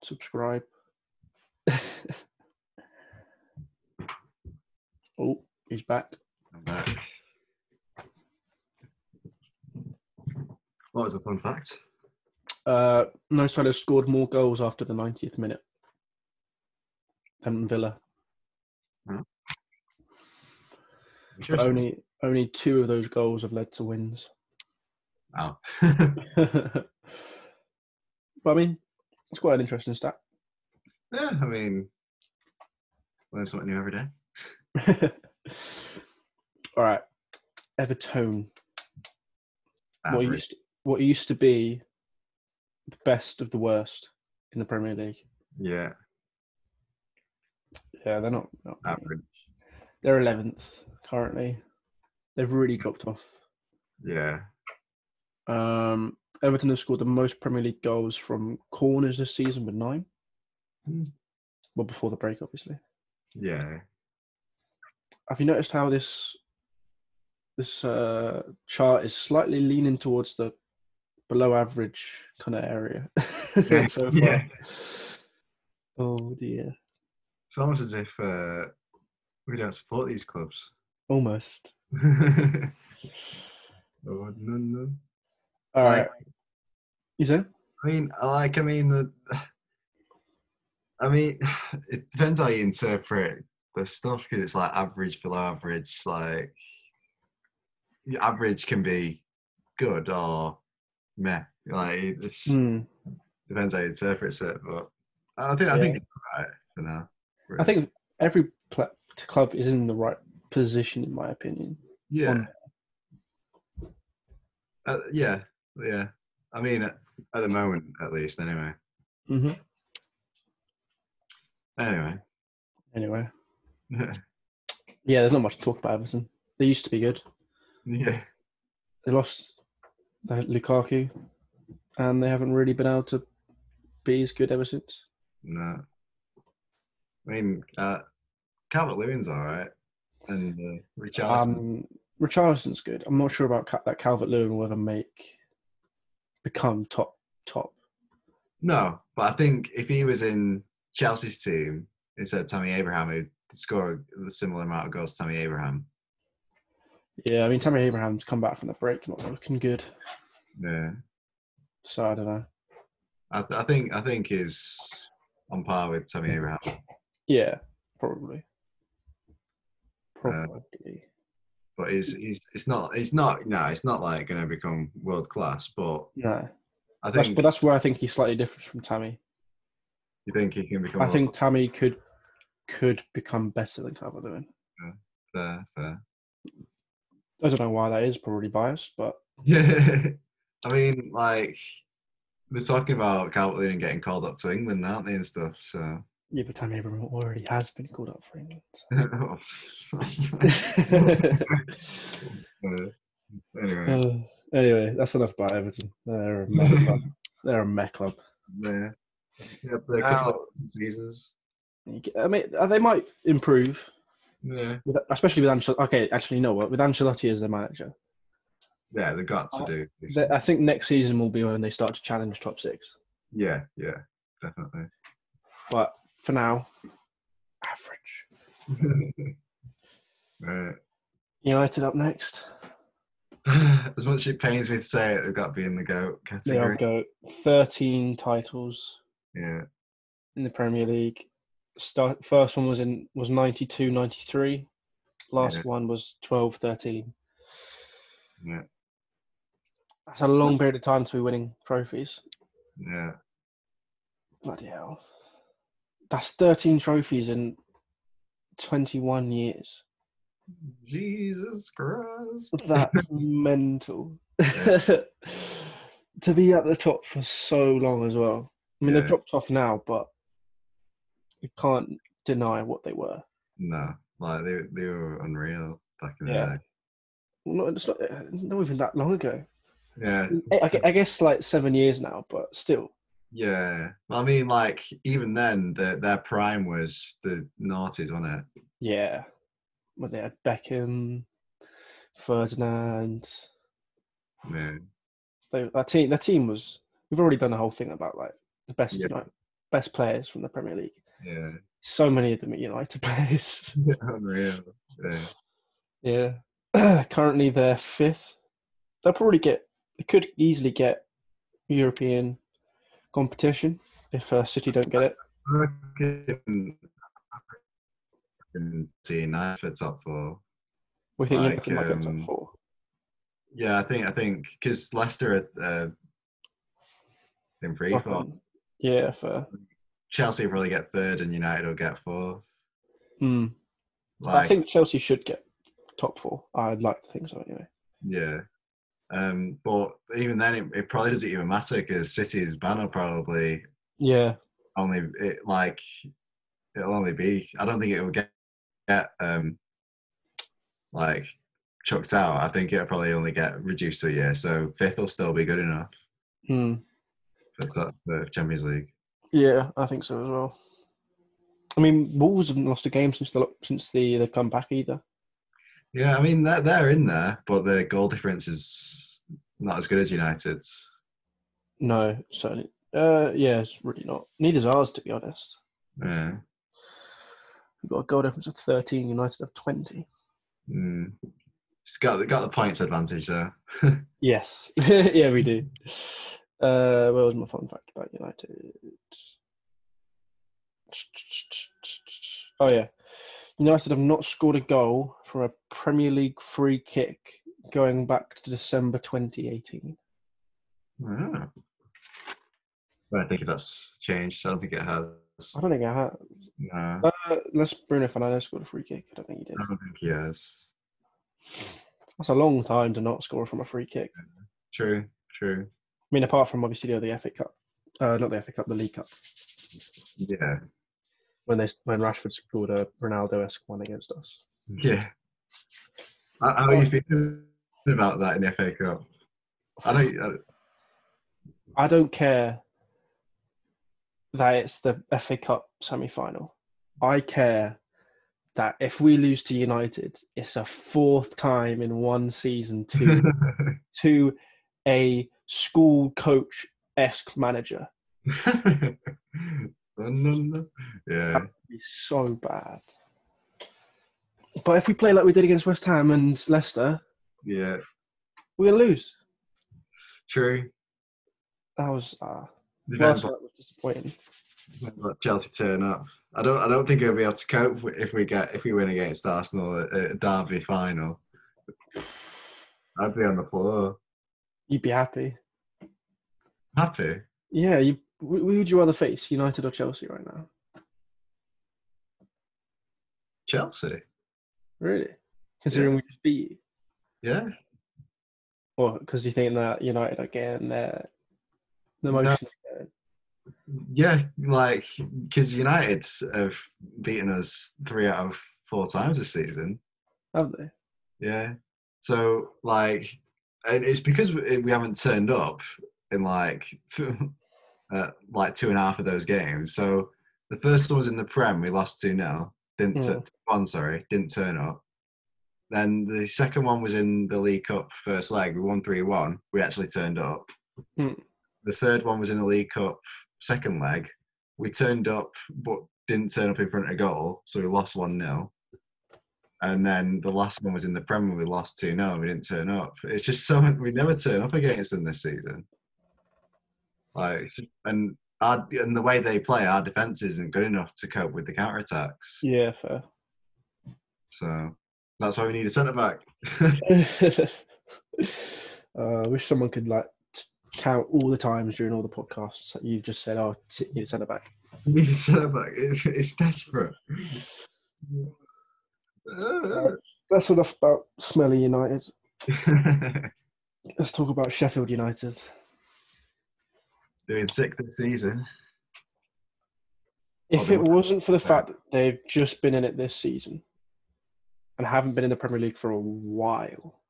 Speaker 1: subscribe. oh, he's back.
Speaker 2: I'm back. What was the fun fact?
Speaker 1: Uh, no side has scored more goals after the 90th minute than Villa. But
Speaker 2: Interesting.
Speaker 1: only only two of those goals have led to wins.
Speaker 2: Oh.
Speaker 1: but I mean, it's quite an interesting stat.
Speaker 2: yeah, I mean, learn something new every day.
Speaker 1: All right, Everton. What
Speaker 2: Average.
Speaker 1: used what used to be the best of the worst in the Premier League.
Speaker 2: Yeah,
Speaker 1: Yeah, they're not. not
Speaker 2: average.
Speaker 1: They're eleventh currently. They've really dropped off.
Speaker 2: Yeah,
Speaker 1: Um, Everton have scored the most Premier League goals from corners this season with nine.
Speaker 2: Hmm.
Speaker 1: Well, before the break, obviously.
Speaker 2: yeah.
Speaker 1: Have you noticed how this this uh, chart is slightly leaning towards the below average kind of area
Speaker 2: Yeah,
Speaker 1: so far?
Speaker 2: yeah.
Speaker 1: Oh dear,
Speaker 2: It's almost as if uh, we don't support these clubs.
Speaker 1: almost.
Speaker 2: oh no no!
Speaker 1: All right,
Speaker 2: Like-
Speaker 1: you say?
Speaker 2: I mean, I like, I mean, the, I mean, it depends how you interpret the stuff because it's like average, below average. Like, your average can be good or meh. Like, it just
Speaker 1: Hmm.
Speaker 2: depends how you interpret it. But I think, I
Speaker 1: Yeah.
Speaker 2: think it's all right for now.
Speaker 1: I think every pl- club is in the right position, in my opinion.
Speaker 2: yeah.
Speaker 1: on-
Speaker 2: Uh, yeah, yeah. I mean, at, at the moment, at least, anyway.
Speaker 1: Mm-hmm.
Speaker 2: Anyway.
Speaker 1: Anyway, yeah, there's not much to talk about Everton. They used to be good.
Speaker 2: yeah.
Speaker 1: They lost their Lukaku, and they haven't really been able to be as good ever since.
Speaker 2: No. I mean, uh, Calvert Lewin's all right, and uh, Richarlison.
Speaker 1: Um, Richarlison's good. I'm not sure about Ca- that Calvert Lewin will ever make become top top.
Speaker 2: no, but I think if he was in Chelsea's team instead of Tommy Abraham, he'd score a similar amount of goals to Tommy Abraham.
Speaker 1: Yeah, I mean Tammy Abraham's come back from the break, not looking good.
Speaker 2: Yeah,
Speaker 1: So I don't know.
Speaker 2: I, th- I think I think he's on par with Tommy Abraham.
Speaker 1: Yeah, probably.
Speaker 2: Uh,
Speaker 1: Probably.
Speaker 2: but he's, he's it's not it's not no it's not like going to become world class but
Speaker 1: no.
Speaker 2: i
Speaker 1: That's,
Speaker 2: think
Speaker 1: but that's where I think he's slightly different from Tammy.
Speaker 2: you think he can become
Speaker 1: I
Speaker 2: world
Speaker 1: think Tammy could could become better than Calvert Lewin.
Speaker 2: class, fair, fair.
Speaker 1: I don't know why that is, probably biased, but
Speaker 2: yeah i mean like they're talking about calvert and getting called up to england aren't they and stuff so
Speaker 1: yeah, but Tammy Abraham already has been called up for
Speaker 2: Uh,
Speaker 1: England.
Speaker 2: anyway
Speaker 1: Uh, anyway, that's enough about Everton. They're a meh club. They're a meh club.
Speaker 2: yeah. Yeah, but a couple of seasons.
Speaker 1: I mean, uh, they might improve,
Speaker 2: Yeah,
Speaker 1: with- especially with Ancelotti. Okay, actually, you know what? With Ancelotti as their manager,
Speaker 2: yeah, they got to
Speaker 1: Uh,
Speaker 2: do. this.
Speaker 1: They- I think next season will be when they start to challenge top six.
Speaker 2: Yeah, yeah, definitely.
Speaker 1: But for now, average.
Speaker 2: right.
Speaker 1: United up next.
Speaker 2: As much as it pains me to say it, they've got to be in the goat
Speaker 1: They
Speaker 2: category.
Speaker 1: will go 13 titles
Speaker 2: Yeah,
Speaker 1: in the Premier League. Start, first one was in was 92 93. Last
Speaker 2: Yeah.
Speaker 1: one was 12 13.
Speaker 2: Yeah.
Speaker 1: That's a long period of time to be winning trophies.
Speaker 2: yeah.
Speaker 1: Bloody hell. That's 13 trophies in 21 years.
Speaker 2: Jesus Christ.
Speaker 1: That's mental.
Speaker 2: Yeah.
Speaker 1: to be at the top for so long as well. I mean,
Speaker 2: Yeah.
Speaker 1: they've dropped off now, but you can't deny what they were.
Speaker 2: No, like they they were unreal back in the
Speaker 1: Yeah.
Speaker 2: day.
Speaker 1: Well, Not, it's not, uh, not even that long ago.
Speaker 2: Yeah,
Speaker 1: I, I gue- I guess like seven years now, but still.
Speaker 2: yeah. I mean, like even then, their their prime was the noughties, wasn't it?
Speaker 1: Yeah. But they had Beckham, Ferdinand.
Speaker 2: Yeah,
Speaker 1: They, that team, their team was. We've already done a whole thing about like the best,
Speaker 2: Yeah.
Speaker 1: United, best players from the Premier League.
Speaker 2: yeah,
Speaker 1: So many of them at United players.
Speaker 2: unreal. Yeah,
Speaker 1: Yeah. Currently they're fifth. They'll probably get they could easily get European competition if uh, City don't get it.
Speaker 2: fucking fucking seeing that for top four.
Speaker 1: We think
Speaker 2: Like,
Speaker 1: United might get top
Speaker 2: um,
Speaker 1: four.
Speaker 2: Yeah, I think I think because Leicester are uh, in free fall.
Speaker 1: Fucking- Yeah, fair.
Speaker 2: Chelsea will probably get third, and United will get fourth.
Speaker 1: Hmm.
Speaker 2: Like,
Speaker 1: I think Chelsea should get top four. I'd like to think so anyway.
Speaker 2: Yeah. Um, but even then, it, it probably doesn't even matter because City's banner probably
Speaker 1: Yeah.
Speaker 2: only it like it'll only be. I don't think it will get get um like chucked out. I think it'll probably only get reduced to a year. So fifth will still be good enough
Speaker 1: Hmm.
Speaker 2: for top- for Champions League.
Speaker 1: Yeah, I think so as well. I mean, Wolves haven't lost a game since the since the they've come back either.
Speaker 2: Yeah, I mean they're they're in there, but the goal difference is not as good as United's.
Speaker 1: No, certainly. Uh, yeah, it's really not. Neither's ours, to be honest.
Speaker 2: Yeah.
Speaker 1: We've got a goal difference of 13, United of 20.
Speaker 2: Mm. It's got got the points advantage though.
Speaker 1: Yes. yeah, we do. Uh, where was my fun fact about United? Oh, yeah. United have not scored a goal from a Premier League free kick going back to December 2018.
Speaker 2: Ah. But I think if that's changed, I don't think it has.
Speaker 1: I don't think I have.
Speaker 2: No,
Speaker 1: Uh, unless Bruno Fernandes scored a free kick. I don't think he did.
Speaker 2: I don't think he has.
Speaker 1: That's a long time to not score from a free kick. I
Speaker 2: True, true.
Speaker 1: mean, apart from obviously the other FA Cup. Uh, not the FA Cup, the League Cup.
Speaker 2: Yeah,
Speaker 1: When they when Rashford scored a Ronaldo-esque one against us.
Speaker 2: yeah. How how are you feeling about that in the FA Cup? I don't. I,
Speaker 1: I don't care that it's the FA Cup semi final. I care that if we lose to United, it's a fourth time in one season to to a school coach esque manager.
Speaker 2: No, no, no. Yeah,
Speaker 1: It's so bad. But if we play like we did against West Ham and Leicester,
Speaker 2: yeah.
Speaker 1: we're gonna lose.
Speaker 2: True.
Speaker 1: That was uh,
Speaker 2: Depends
Speaker 1: last night was disappointing.
Speaker 2: on what Chelsea turn up. I don't. I don't think we'll be able to cope wi- if we get if we win against Arsenal at at Derby final. I'd be on the floor.
Speaker 1: You'd be happy.
Speaker 2: Happy.
Speaker 1: Yeah, you. wh- Who would you rather face, United or Chelsea, right now?
Speaker 2: Chelsea.
Speaker 1: Really? Considering we just beat you.
Speaker 2: Yeah.
Speaker 1: Well, because you think that United are getting their the
Speaker 2: No.
Speaker 1: motion.
Speaker 2: Yeah, like because United have beaten us three out of four times this season.
Speaker 1: have they?
Speaker 2: Yeah, so eh, like, and it's because we we haven't turned up in like uh, like two and a half of those games. So the first one was in the Prem. We lost 2 0. Didn't
Speaker 1: Yeah.
Speaker 2: turn one, sorry, didn't turn up. Then the second one was in the League Cup first leg. We won 3 1. We actually turned up.
Speaker 1: Mm.
Speaker 2: The third one was in the League Cup second leg. We turned up, but didn't turn up in front of goal. So we lost 1 0. And then the last one was in the Prem and we lost 2 0. We didn't turn up. It's just so we never turn up against them this season. Like, and our, and the way they play, our defense isn't good enough to cope with the counter attacks.
Speaker 1: Yeah, fair.
Speaker 2: So that's why we need a centre back.
Speaker 1: uh, I wish someone could like just count all the times during all the podcasts that you've just said, "Oh, sit near centre back."
Speaker 2: we need a centre back. It's, it's desperate.
Speaker 1: Uh, That's enough about smelly United. Let's talk about Sheffield United.
Speaker 2: Doing sick this season.
Speaker 1: If
Speaker 2: they
Speaker 1: it
Speaker 2: were-
Speaker 1: wasn't for the
Speaker 2: yeah.
Speaker 1: fact that they've just been in it this season and haven't been in the Premier League for a while,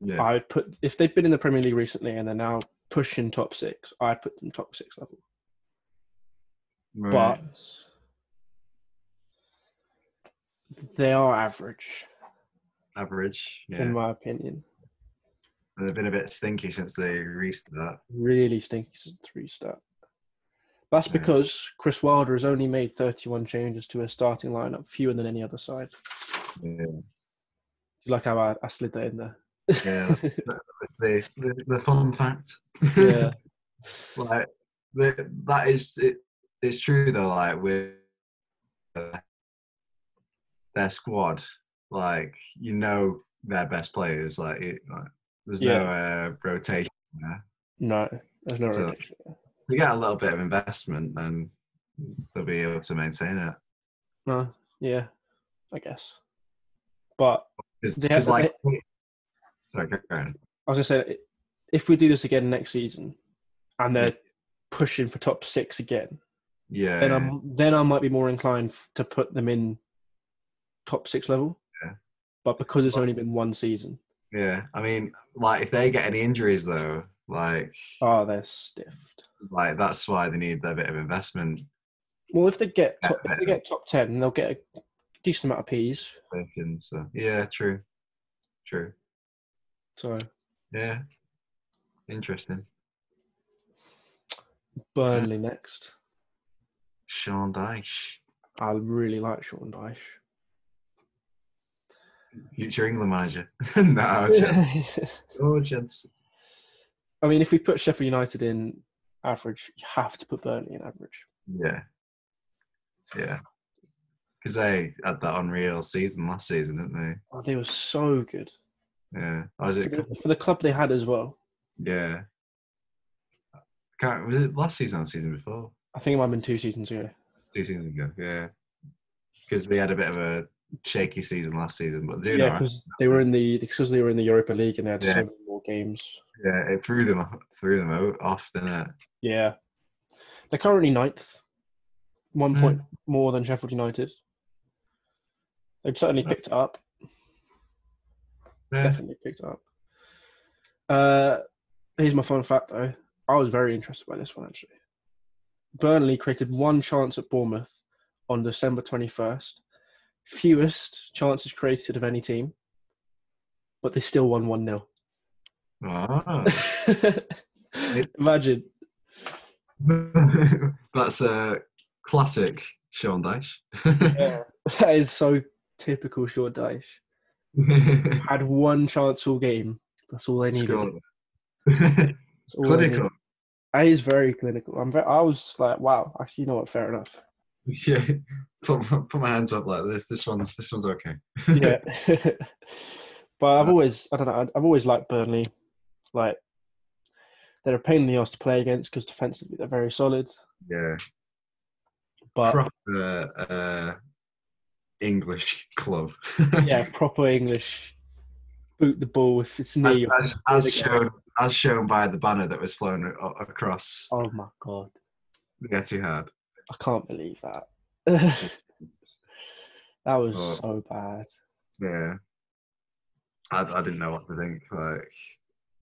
Speaker 2: Yeah.
Speaker 1: I would put if they've been in the Premier League recently and they're now pushing top six, I'd put them top six level.
Speaker 2: Right.
Speaker 1: But they are average,
Speaker 2: average. Yeah.
Speaker 1: in my opinion.
Speaker 2: They've been a bit stinky since they reached that.
Speaker 1: Really stinky three start. That's
Speaker 2: Yeah.
Speaker 1: because Chris Wilder has only made 31 changes to his starting lineup, fewer than any other side.
Speaker 2: Yeah.
Speaker 1: Do you like how I, I slid that in there?
Speaker 2: yeah. That's the, the, the fun fact.
Speaker 1: yeah,
Speaker 2: like the, that is it, it's true though like with uh, their squad like you know their best players like, it, like there's no uh, rotation there.
Speaker 1: no, there's no
Speaker 2: So-
Speaker 1: rotation.
Speaker 2: If they get a little bit of investment then they'll be able to maintain it
Speaker 1: No, yeah, I guess. But They have
Speaker 2: because
Speaker 1: the
Speaker 2: like sorry go on.
Speaker 1: I was gonna say, if we do this again next season, and they're pushing for top six again,
Speaker 2: yeah
Speaker 1: then I'm then I might be more inclined f- to put them in top six level.
Speaker 2: Yeah.
Speaker 1: But because it's only been one season,
Speaker 2: yeah i mean like if they get any injuries though like
Speaker 1: oh, they're stiffed.
Speaker 2: like that's why they need a bit of investment
Speaker 1: Well, if they get
Speaker 2: Yeah,
Speaker 1: top, if they
Speaker 2: better.
Speaker 1: get top ten, they'll get a decent amount of peas.
Speaker 2: thinking, so yeah true true
Speaker 1: So,
Speaker 2: Yeah. Interesting.
Speaker 1: Burnley next.
Speaker 2: Sean Dyche.
Speaker 1: I really like Sean Dyche.
Speaker 2: Future England manager. no, chance. No chance.
Speaker 1: I mean, if we put Sheffield United in average, you have to put Burnley in average.
Speaker 2: Yeah. Yeah. Because they had that unreal season last season, didn't
Speaker 1: Oh, they were so good
Speaker 2: they? Yeah. Or was
Speaker 1: for
Speaker 2: it?
Speaker 1: the, for the club they had as well.
Speaker 2: Yeah. Can't, was it last season or the season before?
Speaker 1: I think it might have been two seasons ago.
Speaker 2: Two seasons ago. Yeah. Because they had a bit of a shaky season last season, but they do
Speaker 1: yeah,
Speaker 2: know.
Speaker 1: because they were in the because they were in the Europa League and they had
Speaker 2: Yeah.
Speaker 1: so many more games.
Speaker 2: Yeah, it threw them off- threw them out off, didn't it?
Speaker 1: Yeah, they're currently ninth, one
Speaker 2: Hmm.
Speaker 1: point more than Sheffield United. They've certainly picked it up.
Speaker 2: Yeah.
Speaker 1: Definitely picked it up. Uh, here's my fun fact though. I was very interested by this one actually. Burnley created one chance at Bournemouth on December 21st, fewest chances created of any team, but they still won 1 0.
Speaker 2: Ah.
Speaker 1: Imagine.
Speaker 2: That's a classic Sean Dyche.
Speaker 1: That is so typical Sean Dyche. Had one chance all game. That's all they needed.
Speaker 2: Scored.
Speaker 1: That's all they
Speaker 2: Clinical.
Speaker 1: needed. That is very clinical. I'm very, I was like, wow, actually, you know what? Fair enough.
Speaker 2: Yeah. Put, my- put my hands up like this. This one's this one's okay.
Speaker 1: Yeah. but I've
Speaker 2: Yeah.
Speaker 1: always, I don't know, I've always liked Burnley. Like, they're a pain in the ass to play against because defensively they're very solid.
Speaker 2: yeah.
Speaker 1: But
Speaker 2: Proper uh, English club.
Speaker 1: yeah, proper English. Boot the ball if it's near
Speaker 2: As,
Speaker 1: you.
Speaker 2: as- as shown, as shown by the banner that was flown a- a- across
Speaker 1: Oh my god.
Speaker 2: the Etihad.
Speaker 1: I can't believe that. that was
Speaker 2: Oh.
Speaker 1: so bad.
Speaker 2: Yeah, I, I didn't know what to think. Like,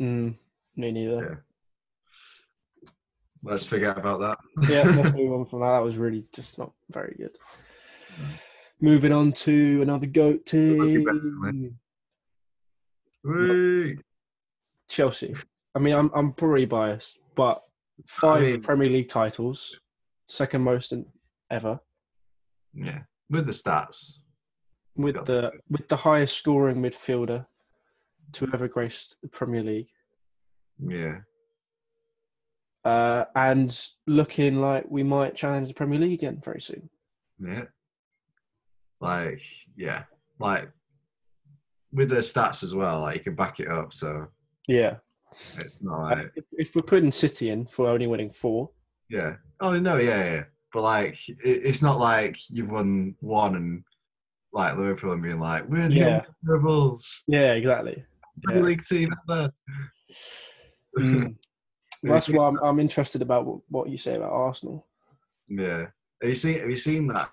Speaker 1: Mm, me neither.
Speaker 2: Let's forget about that.
Speaker 1: yeah, let's move on from that. That was really just not very good. Moving on to another goat team,
Speaker 2: Whee!
Speaker 1: Chelsea. I mean, I'm I'm probably biased, but five
Speaker 2: mean-
Speaker 1: Premier League titles, second most in, ever,
Speaker 2: Yeah, with the stats.
Speaker 1: with
Speaker 2: That's
Speaker 1: the with the highest scoring midfielder to ever grace the Premier League,
Speaker 2: Yeah,
Speaker 1: uh, and looking like we might challenge the Premier League again very soon.
Speaker 2: yeah. Like, yeah, like with the stats as well. Like you can back it up, so
Speaker 1: Yeah,
Speaker 2: it's not like
Speaker 1: if, if we're putting City in for only winning four,
Speaker 2: yeah. Oh no, yeah, yeah. But like, it, it's not like you've won one and like Liverpool and being like, we're the
Speaker 1: Yeah.
Speaker 2: Rebels,
Speaker 1: yeah, exactly.
Speaker 2: Premier
Speaker 1: Yeah.
Speaker 2: League team ever.
Speaker 1: Mm. That's why I'm, I'm interested about what, what you say about Arsenal.
Speaker 2: Yeah. Have you seen Have you seen that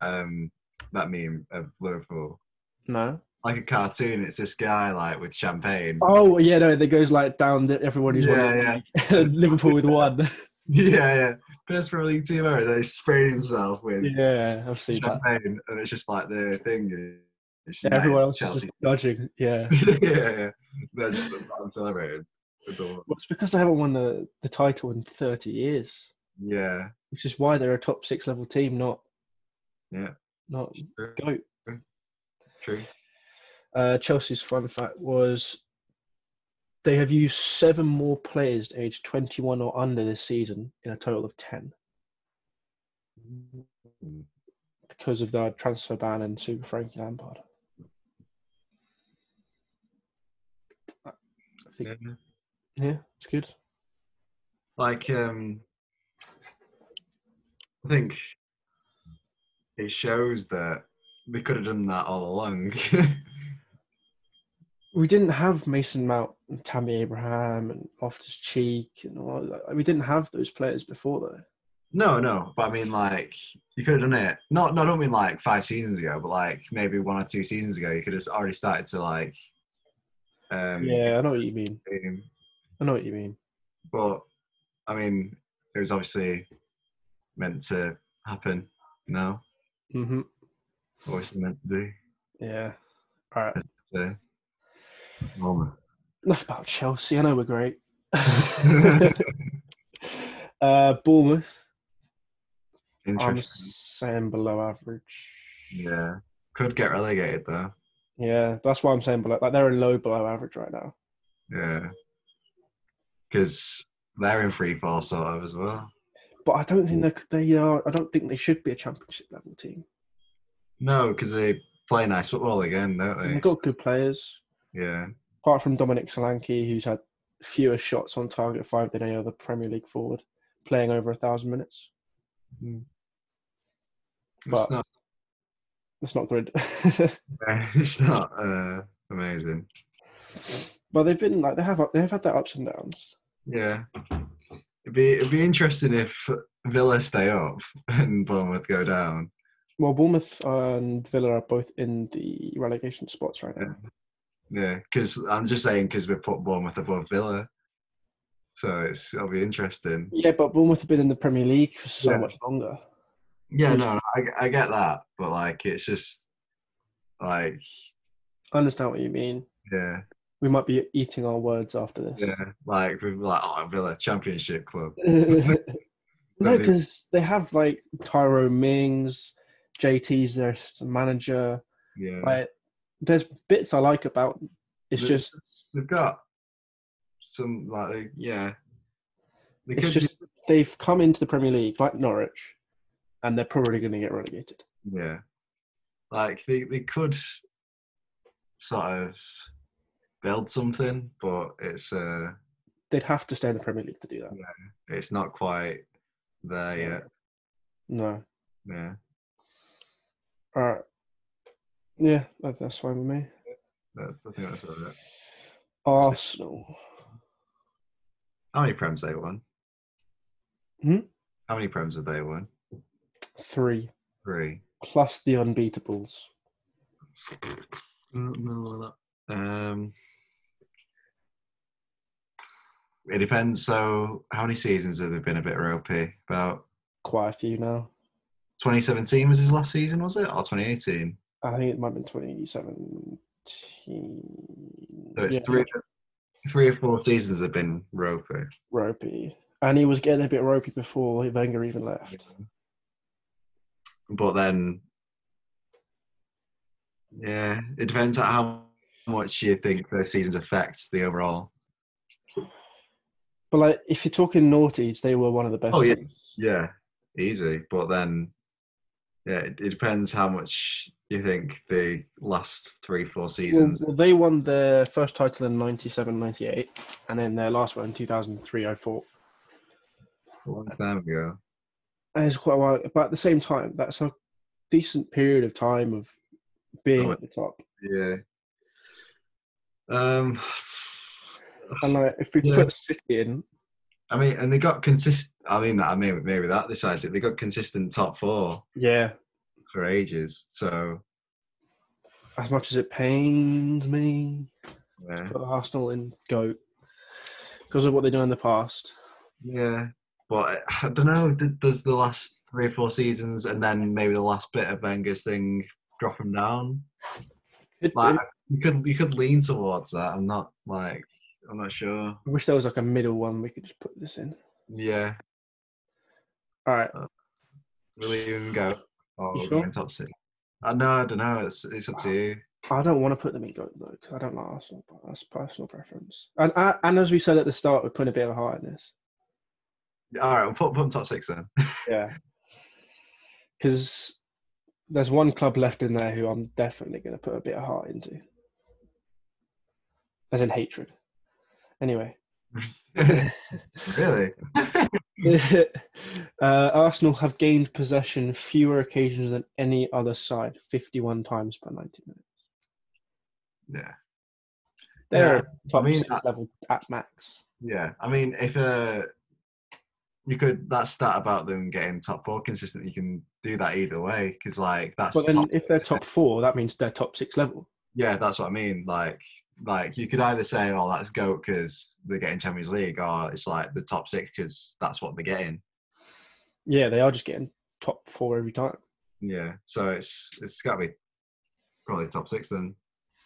Speaker 2: um that meme of Liverpool?
Speaker 1: No.
Speaker 2: Like a cartoon. It's this guy like with champagne.
Speaker 1: Oh yeah, no, that goes like down that everyone who's
Speaker 2: Yeah,
Speaker 1: won it. Liverpool with one.
Speaker 2: Yeah, yeah. Best Premier League team ever. They sprayed himself with
Speaker 1: yeah, I've seen that.
Speaker 2: champagne, and it's just like the thing. It's
Speaker 1: Yeah,
Speaker 2: United,
Speaker 1: everyone else is
Speaker 2: Chelsea.
Speaker 1: just judging. Yeah.
Speaker 2: yeah, yeah. They're just I'm celebrating. Adore.
Speaker 1: Well, it's because they haven't won the, the title in 30 years,
Speaker 2: Yeah,
Speaker 1: which is why they're a top six level team, not
Speaker 2: Yeah.
Speaker 1: not
Speaker 2: true,
Speaker 1: goat.
Speaker 2: true.
Speaker 1: Uh, Chelsea's fun fact was they have used seven more players aged 21 or under this season in a total of 10. because of the transfer ban and Super Frankie Lampard. I think,
Speaker 2: Yeah.
Speaker 1: yeah, it's good.
Speaker 2: like um i think it shows that we could have done that all along
Speaker 1: We didn't have Mason Mount and Tammy Abraham and Loftus Cheek and all that. We didn't have those players before though.
Speaker 2: no no but i mean like you could have done it not no i don't mean like five seasons ago but like maybe one or two seasons ago you could have already started to like um
Speaker 1: Yeah, I know what you mean.
Speaker 2: um,
Speaker 1: I know what you mean.
Speaker 2: but i mean it was obviously meant to happen you know
Speaker 1: hmm
Speaker 2: obviously meant to be
Speaker 1: Yeah. All right.
Speaker 2: so moment
Speaker 1: Enough about Chelsea. I know we're great. uh, Bournemouth. I'm
Speaker 2: interesting
Speaker 1: saying below average.
Speaker 2: Yeah. Could get relegated though.
Speaker 1: Yeah, that's why I'm saying below. Like they're a low below average right now.
Speaker 2: Yeah. Because they're in free fall sort of as well.
Speaker 1: But I don't
Speaker 2: Mm.
Speaker 1: think they c- they are. I don't think they should be a championship level team.
Speaker 2: No, because they play nice football again, don't
Speaker 1: And
Speaker 2: they?
Speaker 1: They've got good players,
Speaker 2: Yeah.
Speaker 1: apart from Dominic Solanke, who's had fewer shots on target five than any other Premier League forward, playing over a thousand minutes. But-
Speaker 2: It's not,
Speaker 1: That's not good.
Speaker 2: it's not uh, amazing.
Speaker 1: but they've been like they have up- they've had their ups and downs.
Speaker 2: Yeah. It'd be, it'd be interesting if Villa stay up and Bournemouth go down.
Speaker 1: Well, Bournemouth and Villa are both in the relegation spots right now.
Speaker 2: Yeah, because I'm just saying because we put Bournemouth above Villa. So it's it'll be interesting.
Speaker 1: Yeah, but Bournemouth have been in the Premier League for so
Speaker 2: Yeah.
Speaker 1: much longer.
Speaker 2: Yeah,
Speaker 1: Who's-
Speaker 2: no, I, I get that, but like it's just like
Speaker 1: I understand what you mean.
Speaker 2: yeah,
Speaker 1: We might be eating our words after this.
Speaker 2: yeah, like we're like oh, Villa Championship Club.
Speaker 1: no,
Speaker 2: Don't they-
Speaker 1: because they have like Tyro Mings, JT's their s- manager.
Speaker 2: Yeah,
Speaker 1: Like, there's bits I like about. Them. It's
Speaker 2: The-
Speaker 1: just,
Speaker 2: they've got some like they- yeah, they
Speaker 1: it's
Speaker 2: could
Speaker 1: just they've come into the Premier League like Norwich, and they're probably going to get relegated.
Speaker 2: yeah, like they they could sort of build something, but it's uh
Speaker 1: They'd have to stay in the Premier League to do that.
Speaker 2: it's not quite there
Speaker 1: Yeah.
Speaker 2: yet.
Speaker 1: No,
Speaker 2: Yeah,
Speaker 1: all right, yeah, that- that's fine with me.
Speaker 2: that's I think that's about it.
Speaker 1: Arsenal,
Speaker 2: How many prems they won?
Speaker 1: Hmm?
Speaker 2: How many prems have they won?
Speaker 1: three
Speaker 2: Three.
Speaker 1: plus the unbeatables.
Speaker 2: Um, It depends. So, how many seasons have they been a bit ropey? About
Speaker 1: Quite a few now.
Speaker 2: 2017 was his last season, was it? Or 2018?
Speaker 1: I think it might have been 2017.
Speaker 2: So it's
Speaker 1: Yeah,
Speaker 2: three, three or four seasons have been ropey.
Speaker 1: Ropey. And he was getting a bit ropey before Wenger even left.
Speaker 2: But then, yeah, it depends on how much you think the seasons affects the overall.
Speaker 1: But like, if you're talking noughties, they were one of the best.
Speaker 2: Oh, yeah.
Speaker 1: teams.
Speaker 2: Yeah, easy. But then, yeah, it, it depends how much you think the last three, four
Speaker 1: Well,
Speaker 2: seasons.
Speaker 1: well, they won their first title in 97 98, and then their last one in 2003 04.
Speaker 2: a long time ago.
Speaker 1: And it's quite a while. But at the same time, that's a decent period of time of being
Speaker 2: Oh,
Speaker 1: at the top.
Speaker 2: Yeah. Um,
Speaker 1: And like, if we
Speaker 2: Yeah.
Speaker 1: put City in,
Speaker 2: I mean, and they got consist. I mean, that I mean, maybe that decides it. They got consistent top four
Speaker 1: yeah,
Speaker 2: for ages. So
Speaker 1: as much as it pains me,
Speaker 2: yeah,
Speaker 1: put Arsenal in GOAT because of what they've done in the past.
Speaker 2: yeah. But I don't know. Does the last three or four seasons, and then maybe the last bit of Wenger's thing, drop them down?
Speaker 1: Could
Speaker 2: Like,
Speaker 1: do.
Speaker 2: you could you could lean towards that. I'm not like I'm not sure.
Speaker 1: I wish there was like a middle one we could just put this in.
Speaker 2: Yeah,
Speaker 1: All right,
Speaker 2: really even go. Oh,
Speaker 1: You
Speaker 2: we're
Speaker 1: sure?
Speaker 2: going top six. I know. I don't know. It's it's up to you.
Speaker 1: I don't want to put them in GOAT though because I don't like Arsenal, but that's personal preference. And I, and as we said at the start, we're putting a bit of heart in this.
Speaker 2: All right, we'll put, put them top six then.
Speaker 1: Yeah, because there's one club left in there who I'm definitely going to put a bit of heart into, as in hatred. Anyway.
Speaker 2: really?
Speaker 1: uh, Arsenal have gained possession fewer occasions than any other side, 51 times per 90 minutes.
Speaker 2: Yeah.
Speaker 1: They're
Speaker 2: Yeah,
Speaker 1: a top
Speaker 2: I mean,
Speaker 1: six
Speaker 2: I-
Speaker 1: level at max.
Speaker 2: Yeah, I mean, if uh, you could that stat about them getting top four consistent, you can do that either way because like that's
Speaker 1: But then
Speaker 2: top,
Speaker 1: if they're top four, that means they're top six level.
Speaker 2: yeah, that's what I mean. Like, like you could either say, "Oh, that's goat because they're getting Champions League," or it's like the top six because that's what they're getting.
Speaker 1: Yeah, they are just getting top four every time.
Speaker 2: Yeah, so it's it's got to be probably top six then.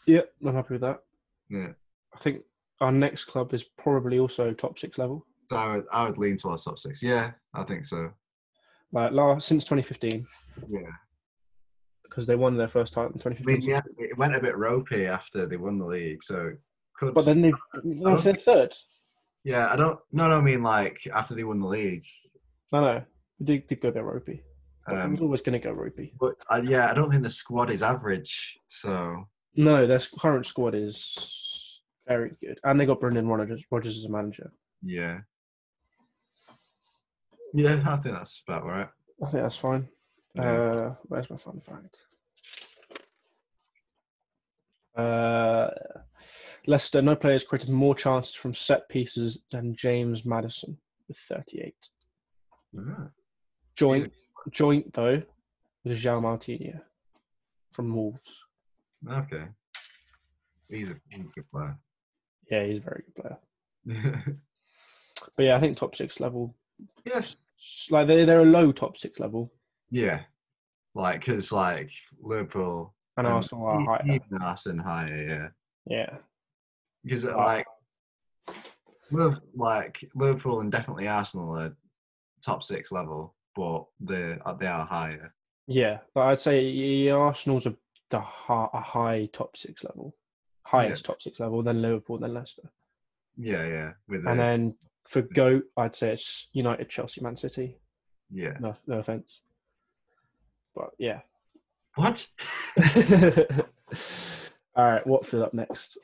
Speaker 1: Yeah, I'm happy with that.
Speaker 2: Yeah,
Speaker 1: I think our next club is probably also top six level.
Speaker 2: so I would I would lean towards top six. Yeah, I think so.
Speaker 1: Like last since 2015,
Speaker 2: Yeah,
Speaker 1: because they won their first title in
Speaker 2: I mean,
Speaker 1: 2015.
Speaker 2: yeah, it went a bit ropey after they won the league, so it could
Speaker 1: But then they've no, they're third.
Speaker 2: Yeah, I don't. No, no, I mean like after they won the league.
Speaker 1: No, no, they did go a bit ropey. I was
Speaker 2: Um,
Speaker 1: always going to go ropey.
Speaker 2: but uh, yeah, I don't think the squad is average. So
Speaker 1: No, their current squad is very good, and they got Brendan Rodgers, Rodgers as a manager.
Speaker 2: yeah, yeah, I think that's about right.
Speaker 1: I think that's fine. Uh, where's my fun fact? Uh, Leicester, no players created more chances from set pieces than James Madison with 38.
Speaker 2: Alright.
Speaker 1: Joint, joint though, with Jean Martinho from Wolves.
Speaker 2: Okay, he's a, he's a good player.
Speaker 1: Yeah, he's a very good player. But yeah, I think top six level,
Speaker 2: yeah,
Speaker 1: like they they're a low top six level,
Speaker 2: yeah, like because like Liverpool
Speaker 1: and
Speaker 2: Um,
Speaker 1: Arsenal are higher.
Speaker 2: even Arsenal higher, yeah,
Speaker 1: Yeah.
Speaker 2: because like Liv- like Liverpool and definitely Arsenal are top six level, but they they are higher.
Speaker 1: Yeah, but I'd say Arsenal's a the hi- a high top six level, highest top six level, then Liverpool, then Leicester,
Speaker 2: Yeah, yeah, with
Speaker 1: and
Speaker 2: the-
Speaker 1: then for goat, I'd say it's United, Chelsea, Man City.
Speaker 2: yeah.
Speaker 1: No, no offense, but yeah.
Speaker 2: What?
Speaker 1: All right, Watford up next.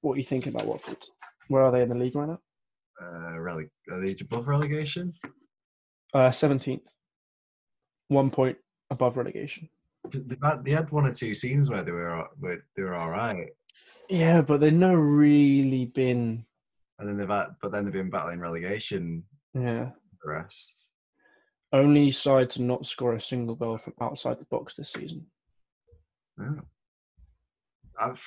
Speaker 1: What are you thinking about Watford? Where are they in the league right now?
Speaker 2: Uh, rele- are they above relegation?
Speaker 1: Uh, seventeenth, one point above relegation.
Speaker 2: They had, they had one or two scenes where they were al- where they were all right,
Speaker 1: Yeah, but they've not really been.
Speaker 2: and then they've had, but then they've been battling relegation
Speaker 1: Yeah.
Speaker 2: the rest.
Speaker 1: only side to not score a single goal from outside the box this season.
Speaker 2: Yeah. I've,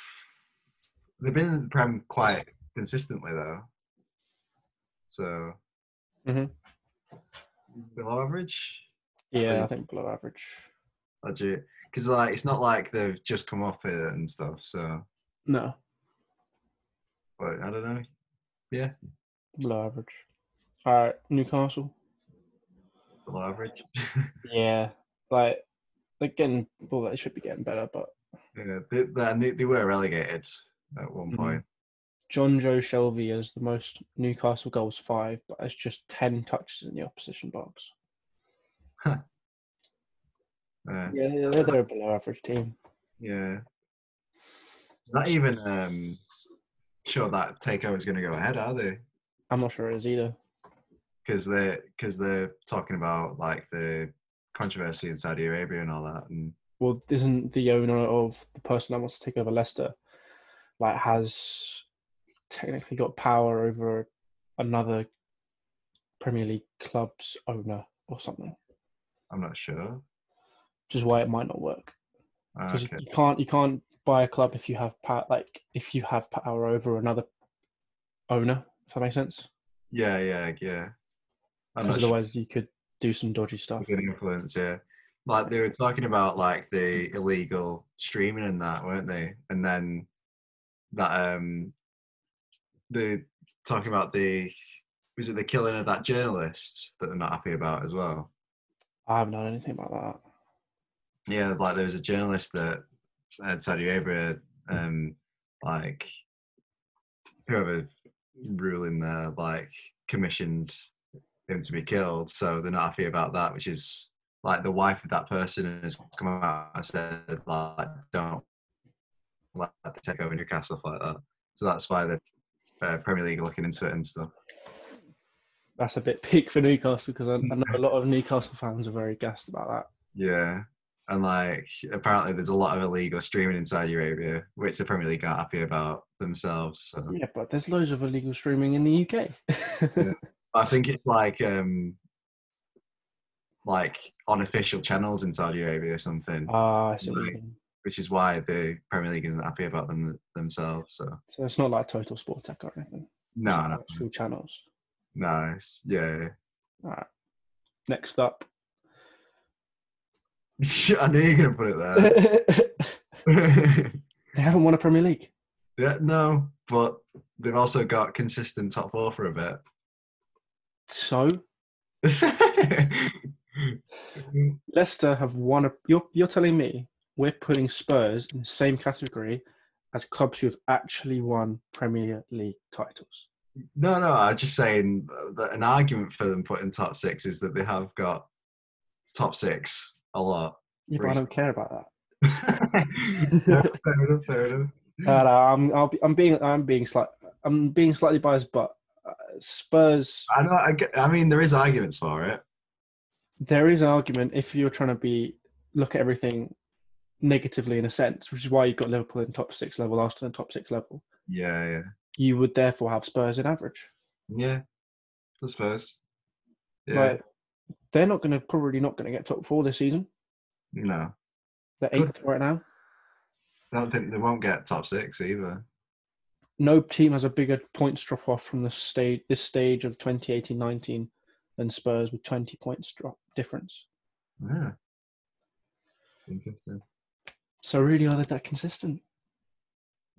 Speaker 2: they've been in the prem quite consistently though. So
Speaker 1: Mhm.
Speaker 2: below average.
Speaker 1: Yeah,
Speaker 2: Yeah.
Speaker 1: I think below average.
Speaker 2: Legit. Because like it's not like they've just come off it and stuff. So
Speaker 1: No,
Speaker 2: but I don't know.
Speaker 1: below average. All right, Newcastle.
Speaker 2: Below average.
Speaker 1: Yeah, like they're getting well, they should be getting better, but
Speaker 2: yeah, they, they, and they, they were relegated at one
Speaker 1: Mhm.
Speaker 2: point.
Speaker 1: John Joe Shelby has the most Newcastle goals five, but has just ten touches in the opposition box.
Speaker 2: Uh,
Speaker 1: Yeah, yeah, they're, they're a below average team.
Speaker 2: yeah. Not even um sure that takeover's going to go ahead, are they?
Speaker 1: I'm not sure it is either.
Speaker 2: Because they because they're talking about like the controversy in Saudi Arabia and all that. And
Speaker 1: Well, isn't the owner of the person that wants to take over Leicester like has technically got power over another Premier League club's owner or something,
Speaker 2: I'm not sure.
Speaker 1: which is why it might not work.
Speaker 2: Ah,
Speaker 1: because
Speaker 2: Okay.
Speaker 1: you can't you can't buy a club if you have power like if you have power over another owner if that makes sense
Speaker 2: Yeah, yeah, yeah. I'm
Speaker 1: because
Speaker 2: not sure.
Speaker 1: otherwise you could do some dodgy stuff
Speaker 2: Good influence, yeah. Like they were talking about like the illegal streaming and that, weren't they? And then that um the talking about the was it the killing of that journalist that they're not happy about as well.
Speaker 1: i haven't heard anything about that
Speaker 2: Yeah, like there was a journalist that at Saudi Arabia, um, like whoever ruling there, like commissioned him to be killed. So they're not happy about that, which is like the wife of that person has come out and said like, don't let them take over Newcastle stuff like that. So that's why the uh, Premier League are looking into it and stuff.
Speaker 1: that's a bit peak for newcastle because I, I know a lot of newcastle fans are very gassed about that
Speaker 2: Yeah. And like apparently there's a lot of illegal streaming in Saudi Arabia, which the Premier League aren't happy about themselves. So
Speaker 1: yeah but there's loads of illegal streaming in the uk
Speaker 2: Yeah. I think it's like um like on official channels in Saudi Arabia or something,
Speaker 1: ah I see what you mean.
Speaker 2: which is why the Premier League isn't happy about them themselves. So
Speaker 1: so it's not like total sport tech or anything
Speaker 2: no,
Speaker 1: It's
Speaker 2: no,
Speaker 1: actual channels
Speaker 2: no, it's, yeah.
Speaker 1: all right next up
Speaker 2: I knew you were gonna put it
Speaker 1: they
Speaker 2: there.
Speaker 1: haven't won a premier league
Speaker 2: yeah, no, but they've also got consistent top four for a bit.
Speaker 1: so Leicester have won a. You're, you're telling me we're putting Spurs in the same category as clubs who have actually won Premier League titles.
Speaker 2: no, no, I'm just saying uh, that an argument for them putting top six is that they have got top six a lot.
Speaker 1: Yeah, but I don't care about
Speaker 2: fair
Speaker 1: that.
Speaker 2: enough, fair enough.
Speaker 1: Uh, no, I'm, I'll be, I'm being, I'm being slight, I'm being slightly biased, but uh, Spurs.
Speaker 2: I, know, I, get- I mean, there is arguments for it.
Speaker 1: There is an argument if you're trying to be look at everything negatively in a sense, which is why you've got Liverpool in top six level, Arsenal in top six level.
Speaker 2: Yeah, yeah,
Speaker 1: You would therefore have Spurs in average.
Speaker 2: yeah. That's first. Yeah,
Speaker 1: Like, they're not going to probably not going to get top four this season.
Speaker 2: no,
Speaker 1: They're
Speaker 2: Good.
Speaker 1: eighth right now.
Speaker 2: I don't think they won't get top six either.
Speaker 1: No team has a bigger points drop off from this stage this stage of 2018-19 than Spurs with 20 points drop difference.
Speaker 2: Yeah, interesting.
Speaker 1: So really, are they that consistent?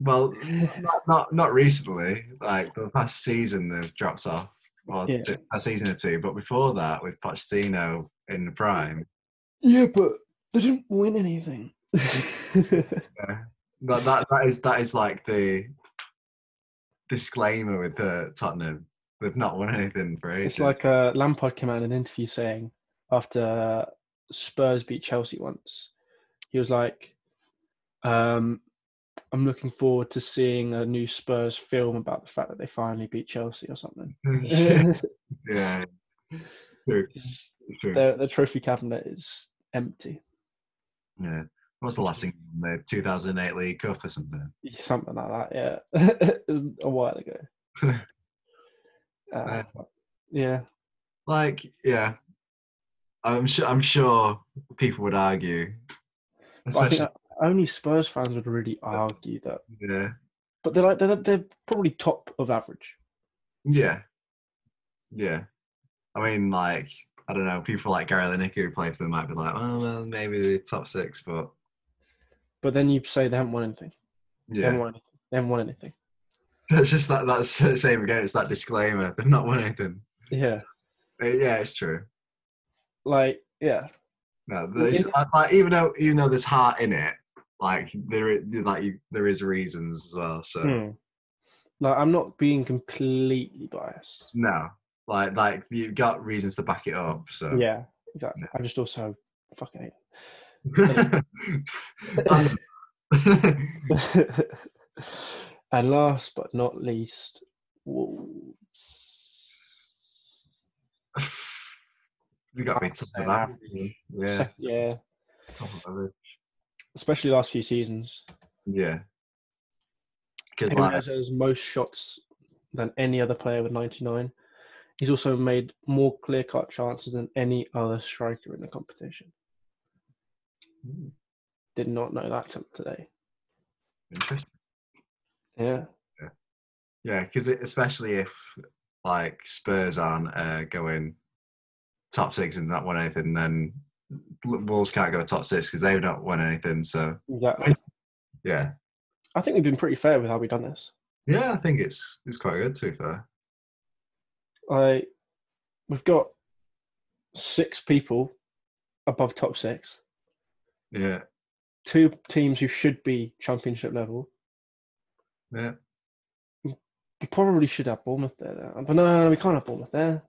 Speaker 2: Well, not, not not recently. Like the past season, they've dropped off. Well,
Speaker 1: Yeah.
Speaker 2: the past season or two, but before that, with Pochettino in the prime,
Speaker 1: Yeah, but they didn't win anything.
Speaker 2: But that that is that is like the disclaimer with the Tottenham. They've not won anything for ages.
Speaker 1: it's like uh, Lampard came out in an interview saying after Spurs beat Chelsea once, he was like, um, "I'm looking forward to seeing a new Spurs film about the fact that they finally beat Chelsea or something."
Speaker 2: yeah. True,
Speaker 1: It's-
Speaker 2: true.
Speaker 1: the, the trophy cabinet is empty.
Speaker 2: Yeah. What's the last thing? The 2008 League Cup or something.
Speaker 1: Something like that, yeah. It was a while ago. Uh, yeah.
Speaker 2: Like, yeah. I'm sure. I'm sure people would argue.
Speaker 1: But I think
Speaker 2: Especially,
Speaker 1: only Spurs fans would really argue that.
Speaker 2: yeah.
Speaker 1: But they're like they're, they're probably top of average.
Speaker 2: Yeah. Yeah. I mean, like, I don't know, people like Gary Lineker who played for them might be like, oh, well, maybe the top six, but
Speaker 1: But then you say they haven't won anything. They
Speaker 2: yeah.
Speaker 1: haven't won anything. They haven't won anything.
Speaker 2: That's just that, that's the same again. It's that disclaimer. They've not won anything.
Speaker 1: Yeah.
Speaker 2: Uh, Yeah, it's true.
Speaker 1: Like, yeah.
Speaker 2: No, there's, like, like, even though even though there's heart in it, like there i- like you, there is reasons as well. So
Speaker 1: Hmm. Like, I'm not being completely biased.
Speaker 2: no, like like you've got reasons to back it up. So
Speaker 1: Yeah, exactly. I just also fucking hate
Speaker 2: Um,
Speaker 1: and last but not least, Wolves.
Speaker 2: you got me top of everything. Yeah,
Speaker 1: Sec- yeah,
Speaker 2: top of everything.
Speaker 1: especially last few seasons.
Speaker 2: Yeah. Good
Speaker 1: Who
Speaker 2: line.
Speaker 1: has his most shots than any other player with 99. He's also made more clear cut chances than any other striker in the competition.
Speaker 2: Hmm,
Speaker 1: Did not know that till today.
Speaker 2: Interesting.
Speaker 1: Yeah.
Speaker 2: Yeah, because especially if like Spurs aren't uh, going top six and not won anything, then Wolves can't go top six because they've not won anything. So
Speaker 1: Exactly.
Speaker 2: yeah,
Speaker 1: I think we've been pretty fair with how we've done this.
Speaker 2: yeah, I think it's it's quite good to be fair.
Speaker 1: Like, we've got six people above top six.
Speaker 2: Yeah,
Speaker 1: two teams who should be championship level.
Speaker 2: yeah.
Speaker 1: We probably should have Bournemouth there, though. but no, no, we can't have Bournemouth there.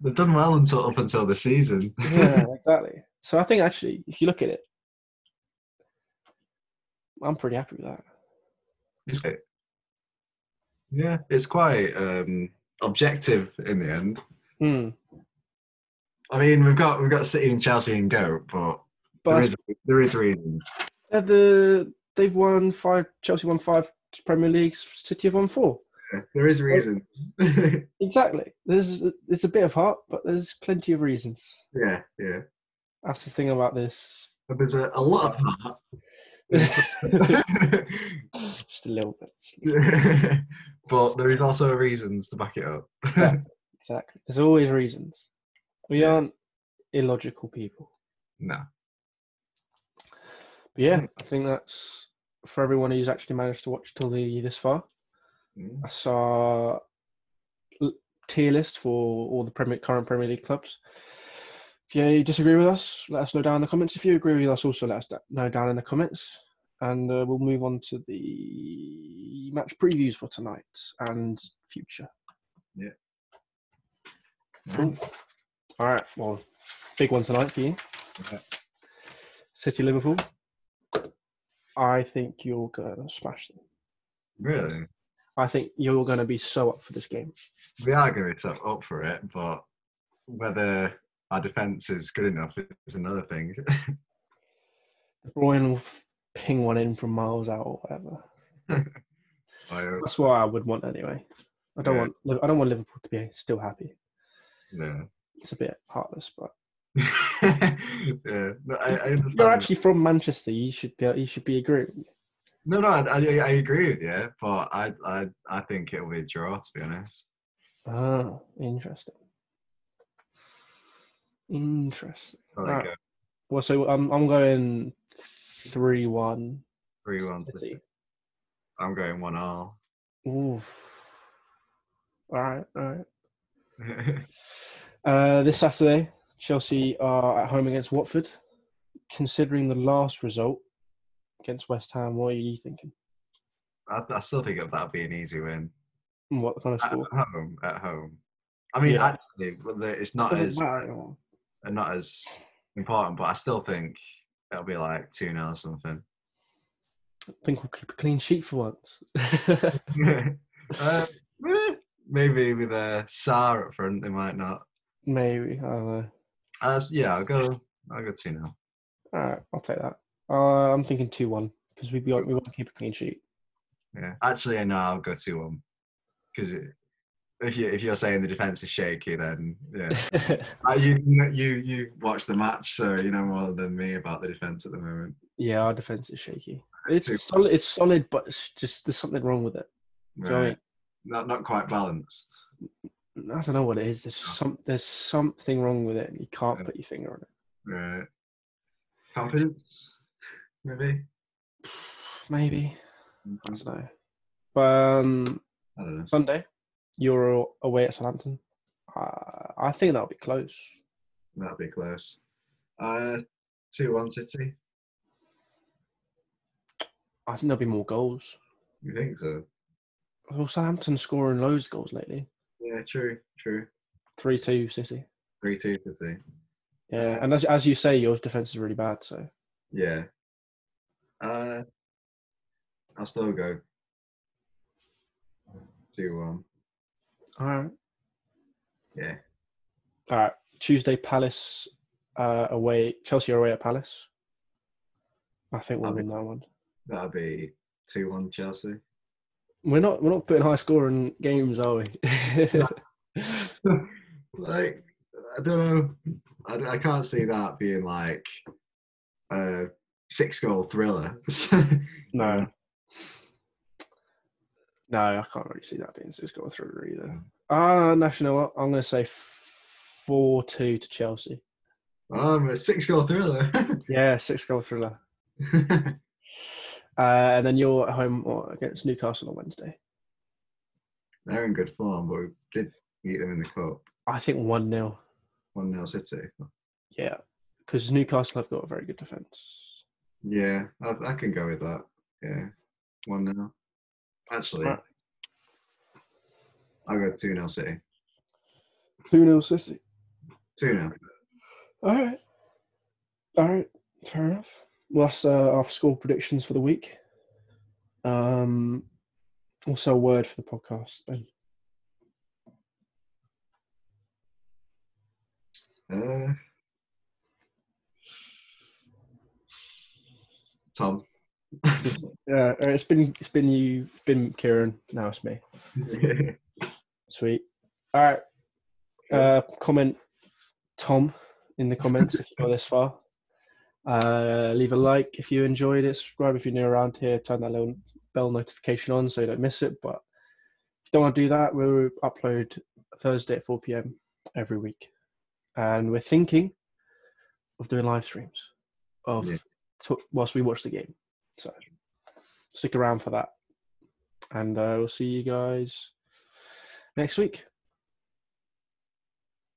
Speaker 2: They've done well until up until the season.
Speaker 1: Yeah, exactly. So I think actually, if you look at it, I'm pretty happy with that.
Speaker 2: Is it? yeah, it's quite um, objective in the end.
Speaker 1: Mm.
Speaker 2: I mean, we've got we've got City and Chelsea and go, but there
Speaker 1: But
Speaker 2: is there is reasons.
Speaker 1: they're the they've won five. Chelsea won five Premier Leagues. City have won four.
Speaker 2: There is reasons. yeah,
Speaker 1: Exactly. There's it's a bit of heart, but there's plenty of reasons.
Speaker 2: yeah.
Speaker 1: That's the thing about this.
Speaker 2: But there's a, a lot of heart.
Speaker 1: Just a little bit.
Speaker 2: but there is also reasons to back it up.
Speaker 1: Exactly. There's always reasons. We
Speaker 2: Yeah.
Speaker 1: aren't illogical people.
Speaker 2: no.
Speaker 1: But yeah,
Speaker 2: Mm.
Speaker 1: I think that's for everyone who's actually managed to watch till the this far. I saw l- tier list for all the Premier, current Premier League clubs. If you disagree with us, let us know down in the comments. If you agree with us, also let us da- know down in the comments. And uh, we'll move on to the match previews for tonight and future.
Speaker 2: Yeah.
Speaker 1: Cool. All right. Well, big one tonight for you.
Speaker 2: Yeah.
Speaker 1: City Liverpool. I think you're gonna smash them.
Speaker 2: Really?
Speaker 1: I think you're gonna be so up for this game.
Speaker 2: We are going to be up for it, but whether our defence is good enough is another thing.
Speaker 1: De Bruyne will f- ping one in from miles out or whatever.
Speaker 2: I hope
Speaker 1: That's what I would want anyway. I don't
Speaker 2: Yeah.
Speaker 1: want Liv- I don't want Liverpool to be still happy.
Speaker 2: no.
Speaker 1: It's a bit heartless, but Um,
Speaker 2: yeah, no, I, I understand.
Speaker 1: you're actually from Manchester. You should be you should be agreeing. with me.
Speaker 2: No, no, I, I, I agree with you, but I, I, I think it'll be a draw to be honest.
Speaker 1: Ah, interesting. Interesting.
Speaker 2: Probably
Speaker 1: Alright.
Speaker 2: go
Speaker 1: Well, so I'm I'm going three one.
Speaker 2: three one to
Speaker 1: City.
Speaker 2: I'm going one all.
Speaker 1: Oof. All right, all right. Uh, this Saturday, Chelsea are at home against Watford. Considering the last result against West Ham, what are you thinking?
Speaker 2: I, I still think that that'd be an easy win
Speaker 1: What kind of
Speaker 2: at
Speaker 1: score?
Speaker 2: home. At home, I mean,
Speaker 1: Yeah.
Speaker 2: actually, well, the- it's not
Speaker 1: Doesn't
Speaker 2: as
Speaker 1: matter anymore.
Speaker 2: not as important, but I still think it'll be like two 0 or something.
Speaker 1: I think we'll keep a clean sheet for once.
Speaker 2: uh, eh, maybe with a Sar up front, they might not.
Speaker 1: Maybe. I don't know.
Speaker 2: Uh, yeah, I'll go. I'll go two 0
Speaker 1: All right, I'll take that. Uh, I'm thinking 2 1 because we, we want to keep a clean sheet.
Speaker 2: Yeah, actually, no, I'll go two one because if you if you're saying the defense is shaky, then yeah. Uh, you you you watch the match, so you know more than me about the defense at the moment.
Speaker 1: yeah, our defence is shaky.
Speaker 2: Two.
Speaker 1: It's solid, it's solid, but it's just there's something wrong with it. Do you know what I
Speaker 2: Not not quite balanced.
Speaker 1: mean? I don't know what it is. There's some there's something wrong with it, and you can't
Speaker 2: Yeah.
Speaker 1: put your finger on it.
Speaker 2: Right. Confidence, maybe.
Speaker 1: Maybe I don't know. But um,
Speaker 2: I don't know.
Speaker 1: Sunday, you're away at Southampton. Uh, I think that'll be close.
Speaker 2: That'd be close. Uh, two one City.
Speaker 1: I think there'll be more goals.
Speaker 2: You think so?
Speaker 1: Well, Southampton scoring loads of goals lately.
Speaker 2: Yeah, true, true.
Speaker 1: Three two City.
Speaker 2: Three two City.
Speaker 1: Yeah, and as, as you say, your defense is really bad. So
Speaker 2: Yeah. Uh, I'll still go. Two one.
Speaker 1: all right,
Speaker 2: Yeah.
Speaker 1: all right. Tuesday, Palace uh, away. Chelsea are away at Palace. I think we'll
Speaker 2: I'll be-
Speaker 1: win that one.
Speaker 2: That'll be two one Chelsea.
Speaker 1: We're not we're not putting high scoring games, are we?
Speaker 2: like I don't know. I, d- I can't see that being like a six goal thriller.
Speaker 1: no. No, I can't really see that being six going through either. Ah, no, you know what? I'm going to say four two to Chelsea.
Speaker 2: um, a six goal thriller.
Speaker 1: Yeah, six goal thriller. Uh, and then you're at home what, against Newcastle on Wednesday.
Speaker 2: They're in good form, but we did beat them in the cup.
Speaker 1: I think one 0
Speaker 2: One 0 City.
Speaker 1: Yeah, because Newcastle have got a very good defense.
Speaker 2: Yeah, I, I can go with that. Yeah, one 0 Actually,
Speaker 1: Right.
Speaker 2: I'll go two 0 City.
Speaker 1: Two 0 City.
Speaker 2: Two 0
Speaker 1: All right, all right, fair enough. Well, that's uh, our score predictions for the week. Um, also a word for the podcast. Ben.
Speaker 2: Uh, Tom.
Speaker 1: Yeah, all right, Uh, it's been it's been you, it's been Kieran. Now it's me. Sweet. All right. Uh, comment Tom in the comments if you go this far. Uh, leave a like if you enjoyed it. Subscribe if you're new around here. Turn that little bell notification on so you don't miss it. But if you don't want to do that, we'll upload Thursday at 4 p.m. every week. And we're thinking of doing live streams of
Speaker 2: Yeah.
Speaker 1: to, whilst we watch the game. So stick around for that. And uh, we'll see you guys next week.